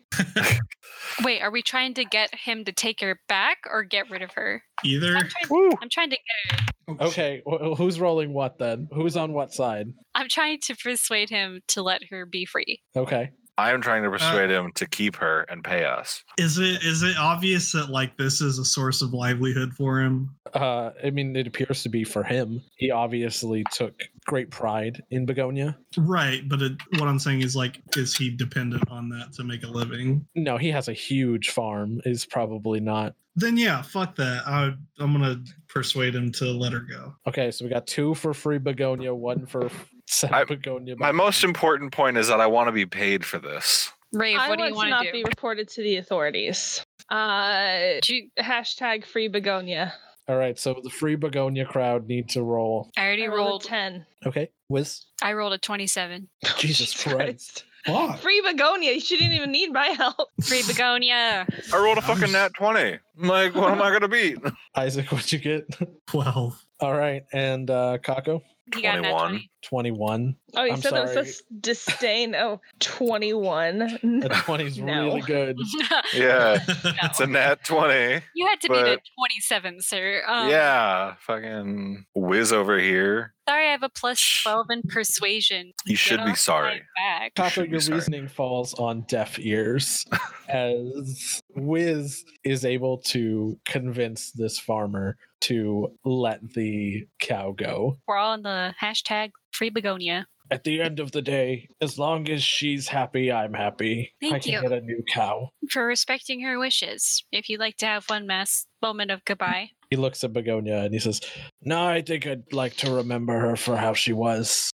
S7: Wait, are we trying to get him to take her back or get rid of her?
S5: either.
S7: I'm trying,
S1: Woo!
S7: I'm trying to get her.
S5: Oh,
S1: Okay,
S5: shit.
S1: wh- who's rolling what then? Who's on what side?
S7: I'm trying to persuade him to let her be free.
S1: Okay.
S6: I am trying to persuade him to keep her and pay us.
S5: Is it is it obvious that like this is a source of livelihood for him?
S1: Uh, I mean, it appears to be for him. He obviously took great pride in Begonia.
S5: Right, but it, what I'm saying is like, is he dependent on that to make a living?
S1: No, he has a huge farm. Is probably not.
S5: Then yeah, fuck that. I, I'm gonna persuade him to let her go.
S1: Okay, so we got two for free Begonia, one for f- set
S6: I-
S1: Begonia.
S6: My
S1: back.
S6: most important point is that I want to be paid for this.
S7: Rave,
S9: I
S7: what do you
S9: want
S7: want
S9: to not
S7: to do?
S9: be reported to the authorities. Uh,
S7: Do you-
S9: hashtag free Begonia.
S1: All right, so the free begonia crowd need to roll.
S7: I already
S9: I
S7: rolled.
S9: rolled a ten.
S1: Okay, Wiz.
S7: I rolled a 27.
S1: Jesus Christ.
S5: Fuck.
S9: Free begonia. She didn't even need my help.
S7: Free begonia.
S6: I rolled a
S5: I'm
S6: fucking
S5: s-
S6: nat 20. Like, what am I going to beat?
S1: Isaac, what'd you get?
S5: Twelve.
S1: All right, and uh Kako,
S7: He got a nat
S6: 21.
S7: 20.
S1: 21.
S9: Oh, you
S1: I'm
S9: said that
S1: sorry.
S9: was such disdain. Oh, 21.
S1: A 20 is
S9: No.
S1: really good.
S6: Yeah. It's a nat 20.
S7: you had to beat a
S6: But-
S7: 27, sir. Um,
S6: yeah. Fucking whiz over here.
S7: Sorry, I have a plus 12 in persuasion.
S6: You
S7: Get
S6: should be
S7: off my
S6: sorry.
S7: back.
S6: You
S1: Kako,
S6: should be
S1: your
S6: sorry.
S1: reasoning falls on deaf ears as Wiz is able to convince this farmer to let the cow go.
S7: We're all on the hashtag free begonia.
S1: At the end of the day, as long as she's happy, I'm happy. I
S7: Thank
S1: can
S7: you.
S1: get a new cow.
S7: For respecting her wishes. If you'd like to have one mass moment of goodbye.
S1: He looks at Begonia and he says, No, I think I'd like to remember her for how she was.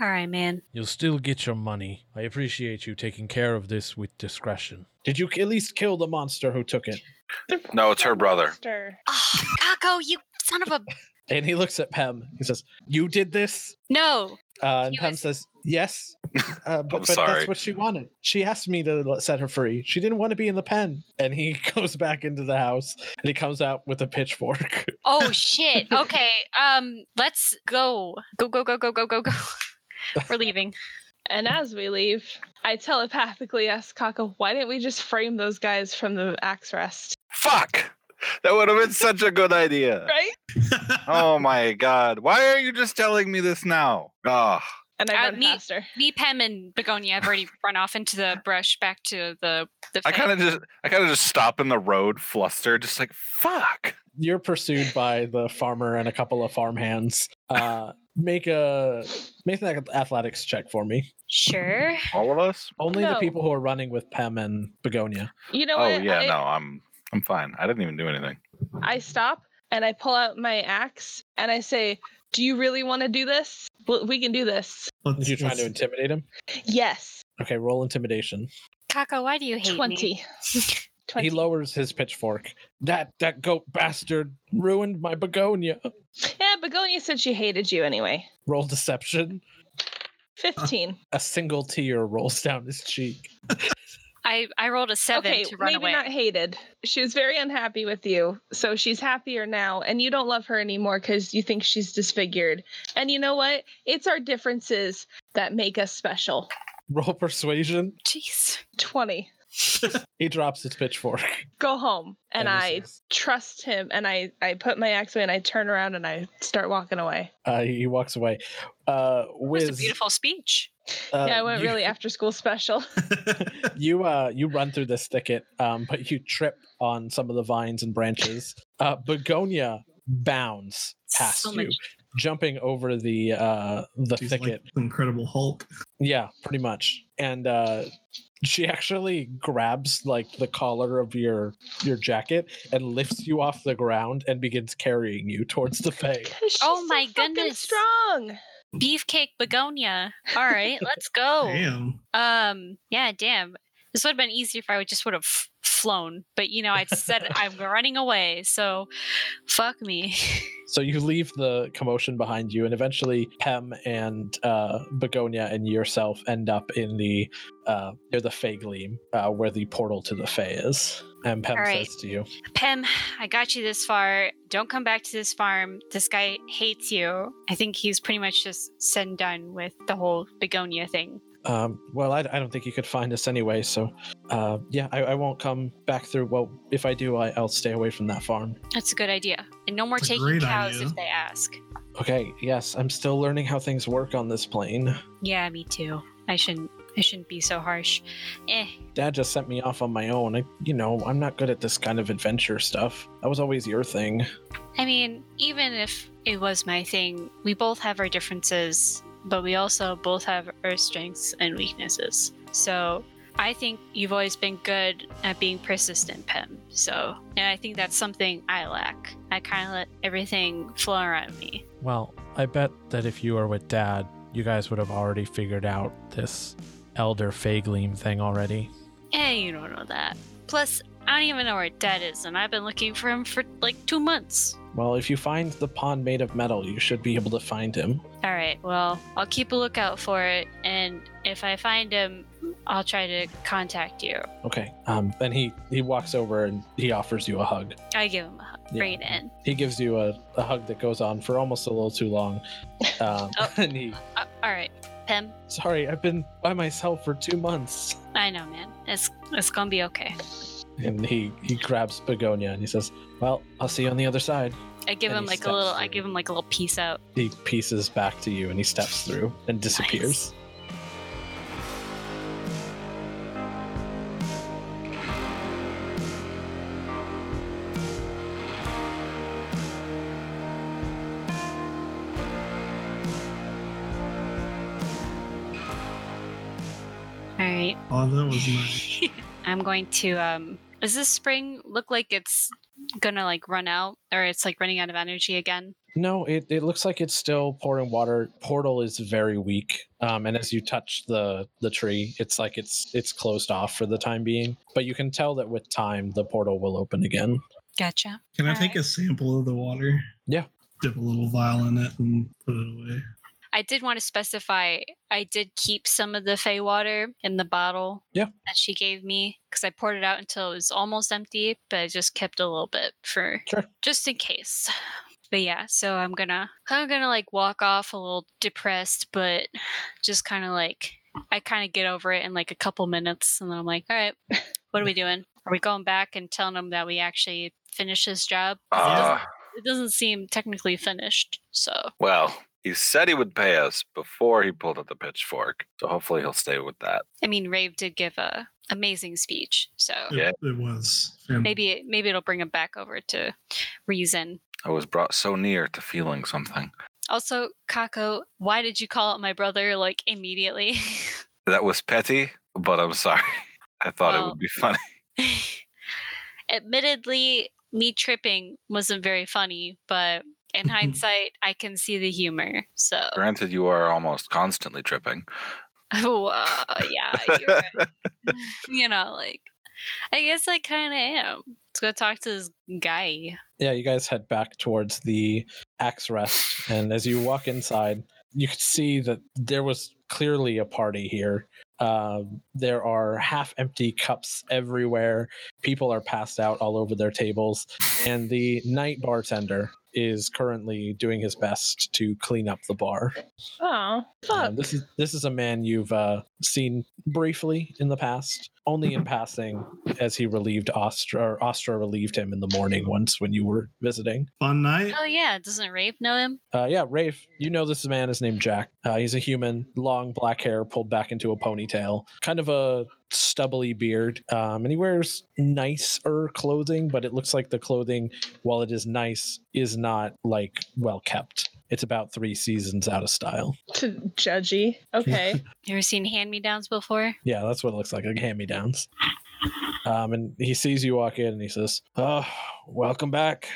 S7: All right, man.
S8: You'll still get your money. I appreciate you taking care of this with discretion.
S1: Did you at least kill the monster who took it?
S6: No, it's her brother.
S9: Monster.
S7: Oh, Kako, you son of a.
S1: And he looks at Pam. He says, "You did this."
S7: No.
S1: Uh, and
S7: He
S1: Pam
S7: was-
S1: says, "Yes." Uh, but but
S6: sorry.
S1: that's what she wanted. She asked me to let- set her free. She didn't want to be in the pen. And he goes back into the house and he comes out with a pitchfork.
S7: Oh, shit. Okay. Um, let's go. Go, go, go, go, go, go, go. We're leaving.
S9: And as we leave, I telepathically ask Kaka, why didn't we just frame those guys from the axe rest?
S6: Fuck. That would have been such a good idea.
S9: Right?
S6: Oh my god. Why are you just telling me this now? Ah.
S9: And
S7: Uh,
S9: I run
S7: me-
S9: faster.
S7: Me, Pem, and Begonia have already run off into the brush back to the the.
S6: I
S7: fence.
S6: kind of just I kind of just stop in the road flustered just like fuck.
S1: You're pursued by the farmer and a couple of farmhands. Uh, make a make an athletics check for me.
S7: sure.
S6: All of us?
S1: Only the
S9: No.
S1: people who are running with Pam and Begonia.
S9: You know
S6: Oh
S9: what?
S6: yeah,
S9: I,
S6: no, I'm I'm fine. I didn't even do anything.
S9: I stop and I pull out my axe and I say, Do you really want to do this? Well, we can do this.
S5: Let's-
S1: Did you trying to
S5: let's-
S1: intimidate him?
S9: Yes.
S1: Okay, roll intimidation.
S7: Kako, why do you hate
S9: 20.
S7: me?
S9: 20.
S1: He lowers his pitchfork. That that goat bastard ruined my begonia.
S9: yeah, Begonia said she hated you anyway.
S1: Roll deception.
S9: 15.
S1: A single tear rolls down his cheek.
S7: I I rolled a seven
S9: okay,
S7: to run
S9: maybe
S7: away.
S9: not hated. She was very unhappy with you, so she's happier now, and you don't love her anymore because you think she's disfigured. And you know what? It's our differences that make us special.
S1: Roll persuasion.
S7: Jeez.
S9: 20.
S1: He drops his pitchfork.
S9: Go home. And
S1: he
S9: I
S1: says-
S9: trust him, and I, I put my axe away, and I turn around and I start walking away.
S1: uh, he walks away. Uh,
S7: That was a
S1: Wiz,
S7: beautiful speech.
S1: uh,
S9: yeah, I went
S1: you,
S9: really after school special.
S1: You uh, you run through this thicket, um, but you trip on some of the vines and branches. Uh, begonia bounds past
S7: So
S1: you,
S7: much-
S1: jumping over the uh, the
S5: She's like
S1: thicket.
S5: the Incredible Hulk.
S1: Yeah, pretty much. And uh she actually grabs like the collar of your your jacket and lifts you off the ground and begins carrying you towards the bay.
S9: 'Cause she's
S7: Oh
S9: so
S7: my
S9: fucking
S7: goodness.
S9: Strong.
S7: Beefcake Begonia. All right, let's go.
S5: Damn.
S7: Um, yeah, damn. This would have been easier if I would just would have f- flown, but you know, I said I'm running away, so fuck me.
S1: So you leave the commotion behind you and eventually Pem and uh Begonia and yourself end up in the uh near the Fey Gleam, uh where the portal to the Fey is. And Pem
S7: All right.
S1: says to you,
S7: Pem, I got you this far. Don't come back to this farm. This guy hates you. I think he's pretty much just said and done with the whole begonia thing.
S1: um, well, I, I don't think you could find us anyway, so uh, yeah, I, I won't come back through. Well, if I do, I, I'll stay away from that farm.
S7: That's a good idea. And no more
S5: It's a
S7: taking
S5: great
S7: cows
S5: idea.
S7: if they ask.
S1: Okay, yes, I'm still learning how things work on this plane.
S7: Yeah, me too. I shouldn't I shouldn't be so harsh. Eh,
S1: Dad just sent me off on my own. I, you know, I'm not good at this kind of adventure stuff. That was always your thing.
S7: I mean, even if it was my thing, we both have our differences, but we also both have our strengths and weaknesses. So I think you've always been good at being persistent, Pem. So, and I think that's something I lack. I kind of let everything flow around me.
S8: Well, I bet that if you were with Dad, you guys would have already figured out this Elder Fagleam thing already.
S7: And Eh, you don't know that. Plus, I don't even know where Dad is, and I've been looking for him for like two months.
S1: Well, if you find the pond made of metal, you should be able to find him.
S7: All right. Well, I'll keep a lookout for it, and if I find him, I'll try to contact you.
S1: Okay. Um, then he he walks over and he offers you a hug.
S7: I give him a hug.
S1: Yeah.
S7: Bring it in.
S1: He gives you a, a hug that goes on for almost a little too long. Um,
S7: Oh.
S1: And he,
S7: Uh, all right, Pim.
S1: sorry, I've been by myself for two months.
S7: I know, man. It's it's gonna be okay.
S1: And he he grabs Begonia and he says, "Well, I'll see you on the other side."
S7: I give
S1: And
S7: him
S1: he
S7: like a
S1: steps
S7: little. I
S1: through.
S7: give him like a little peace out.
S1: He pieces back to you and he steps through and disappears.
S7: All right.
S5: Oh, that was nice.
S7: I'm going to. Um, does this spring look like it's gonna like run out, or it's like running out of energy again?
S1: No, it, it looks like it's still pouring water. Portal is very weak, um, and as you touch the the tree, it's like it's it's closed off for the time being. But you can tell that with time, the portal will open again.
S7: Gotcha.
S5: Can I
S7: All
S5: take
S7: right.
S5: a sample of the water?
S1: Yeah.
S5: Dip a little vial in it and put it away.
S7: I did want to specify I did keep some of the Fey water in the bottle
S1: Yeah.
S7: that she gave me because I poured it out until it was almost empty, but I just kept a little bit for
S1: Sure.
S7: just in case. But yeah, so I'm gonna I'm gonna like walk off a little depressed, but just kind of like I kind of get over it in like a couple minutes, and then I'm like, all right, what are we doing? Are we going back and telling them that we actually finished this job? 'Cause it,
S6: Uh,
S7: doesn't, it doesn't seem technically finished, so
S6: well, he said he would pay us before he pulled out the pitchfork. So hopefully he'll stay with that.
S7: I mean, Rave did give a amazing speech, so
S5: It,
S6: Yeah.
S5: it was. And
S7: maybe maybe it'll bring him back over to reason.
S6: I was brought so near to feeling something.
S7: Also, Kako, why did you call out my brother like immediately?
S6: That was petty, but I'm sorry. I thought it
S7: Well-
S6: would be funny.
S7: Admittedly, me tripping wasn't very funny, but in hindsight, I can see the humor. So,
S6: Granted, you are almost constantly tripping.
S7: oh, uh, yeah, you're right. you know, like I guess I kind of am. Let's go talk to this guy.
S1: Yeah, you guys head back towards the axe rest, and as you walk inside, you can see that there was clearly a party here. Um, there are half-empty cups everywhere. People are passed out all over their tables, and the night bartender is currently doing his best to clean up the bar.
S9: Oh, fuck.
S1: Um, this is this is a man you've uh, seen briefly in the past, only in passing, as he relieved Ostra or Ostra relieved him in the morning once when you were visiting.
S5: fun night.
S7: Oh yeah, doesn't Rave know him?
S1: Uh, yeah, Rafe, you know this man is named Jack. Uh, he's a human, long black hair pulled back into a ponytail, kind of a stubbly beard, um, and he wears nicer clothing. But it looks like the clothing, while it is nice, is not like well kept. It's about three seasons out of style.
S9: To judgy. Okay.
S7: You ever seen hand me downs before?
S1: Yeah, that's what it looks like, like hand me downs. Um, and he sees you walk in and he says, Oh, welcome back.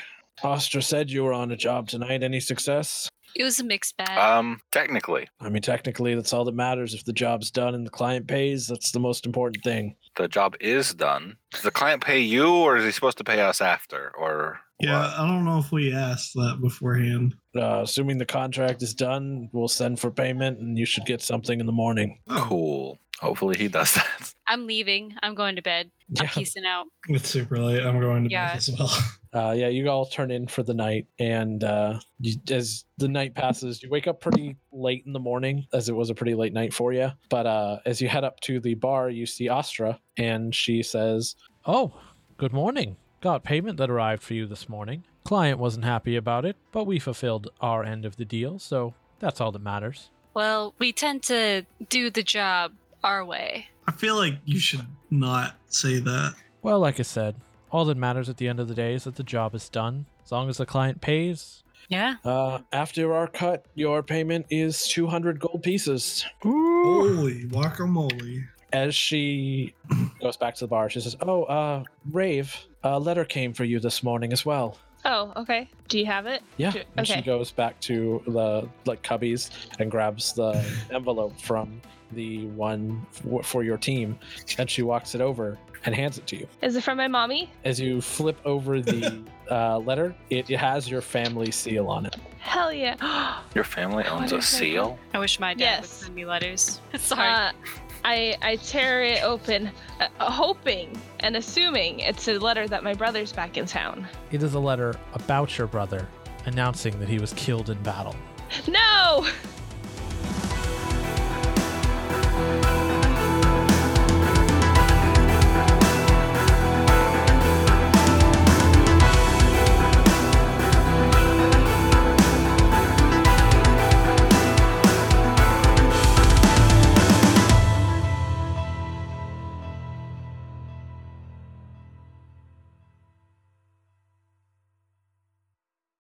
S1: Ostra said you were on a job tonight. Any success?
S7: It was a mixed bag.
S6: Um, technically,
S1: I mean, technically, that's all that matters. If the job's done and the client pays, that's the most important thing.
S6: the job is done. Does the client pay you, or is he supposed to pay us after? Or
S5: Yeah,
S6: what?
S5: I don't know if we asked that beforehand.
S1: Uh, assuming the contract is done, we'll send for payment and you should get something in the morning.
S6: cool. Hopefully he does that.
S7: I'm leaving. I'm going to bed. I'm
S1: Yeah.
S7: peacing out.
S5: It's super late. I'm going to
S7: Yeah.
S5: bed as well.
S1: Uh, yeah, you all turn in for the night, and uh, you, as the night passes, you wake up pretty late in the morning, as it was a pretty late night for you. But uh, as you head up to the bar, you see Astra, and she says,
S8: Oh, good morning. Got payment that arrived for you this morning. Client wasn't happy about it, but we fulfilled our end of the deal, so that's all that matters.
S7: Well, we tend to do the job our way.
S5: I feel like you should not say that.
S8: Well, like I said, all that matters at the end of the day is that the job is done. As long as the client pays.
S7: Yeah.
S1: uh, "After our cut, your payment is 200 gold pieces."
S5: Holy guacamole.
S1: As she goes back to the bar, she says, "Oh, uh, Rave, a letter came for you this morning as well."
S9: oh, okay. Do you have it?
S1: Yeah.
S9: Ju-
S1: And she
S9: okay.
S1: goes back to the like cubbies and grabs the envelope from the one for, for your team, and she walks it over and hands it to you.
S9: Is it from my mommy?
S1: As you flip over the uh, letter, it, it has your family seal on it.
S9: Hell yeah.
S6: Your family owns a
S9: is that?
S6: seal?
S7: I wish my dad would
S9: Yes.
S7: send me letters. Sorry.
S9: Uh, I, I tear it open, uh, hoping and assuming it's a letter that my brother's back in town.
S8: It is a letter about your brother announcing that he was killed in battle.
S9: No!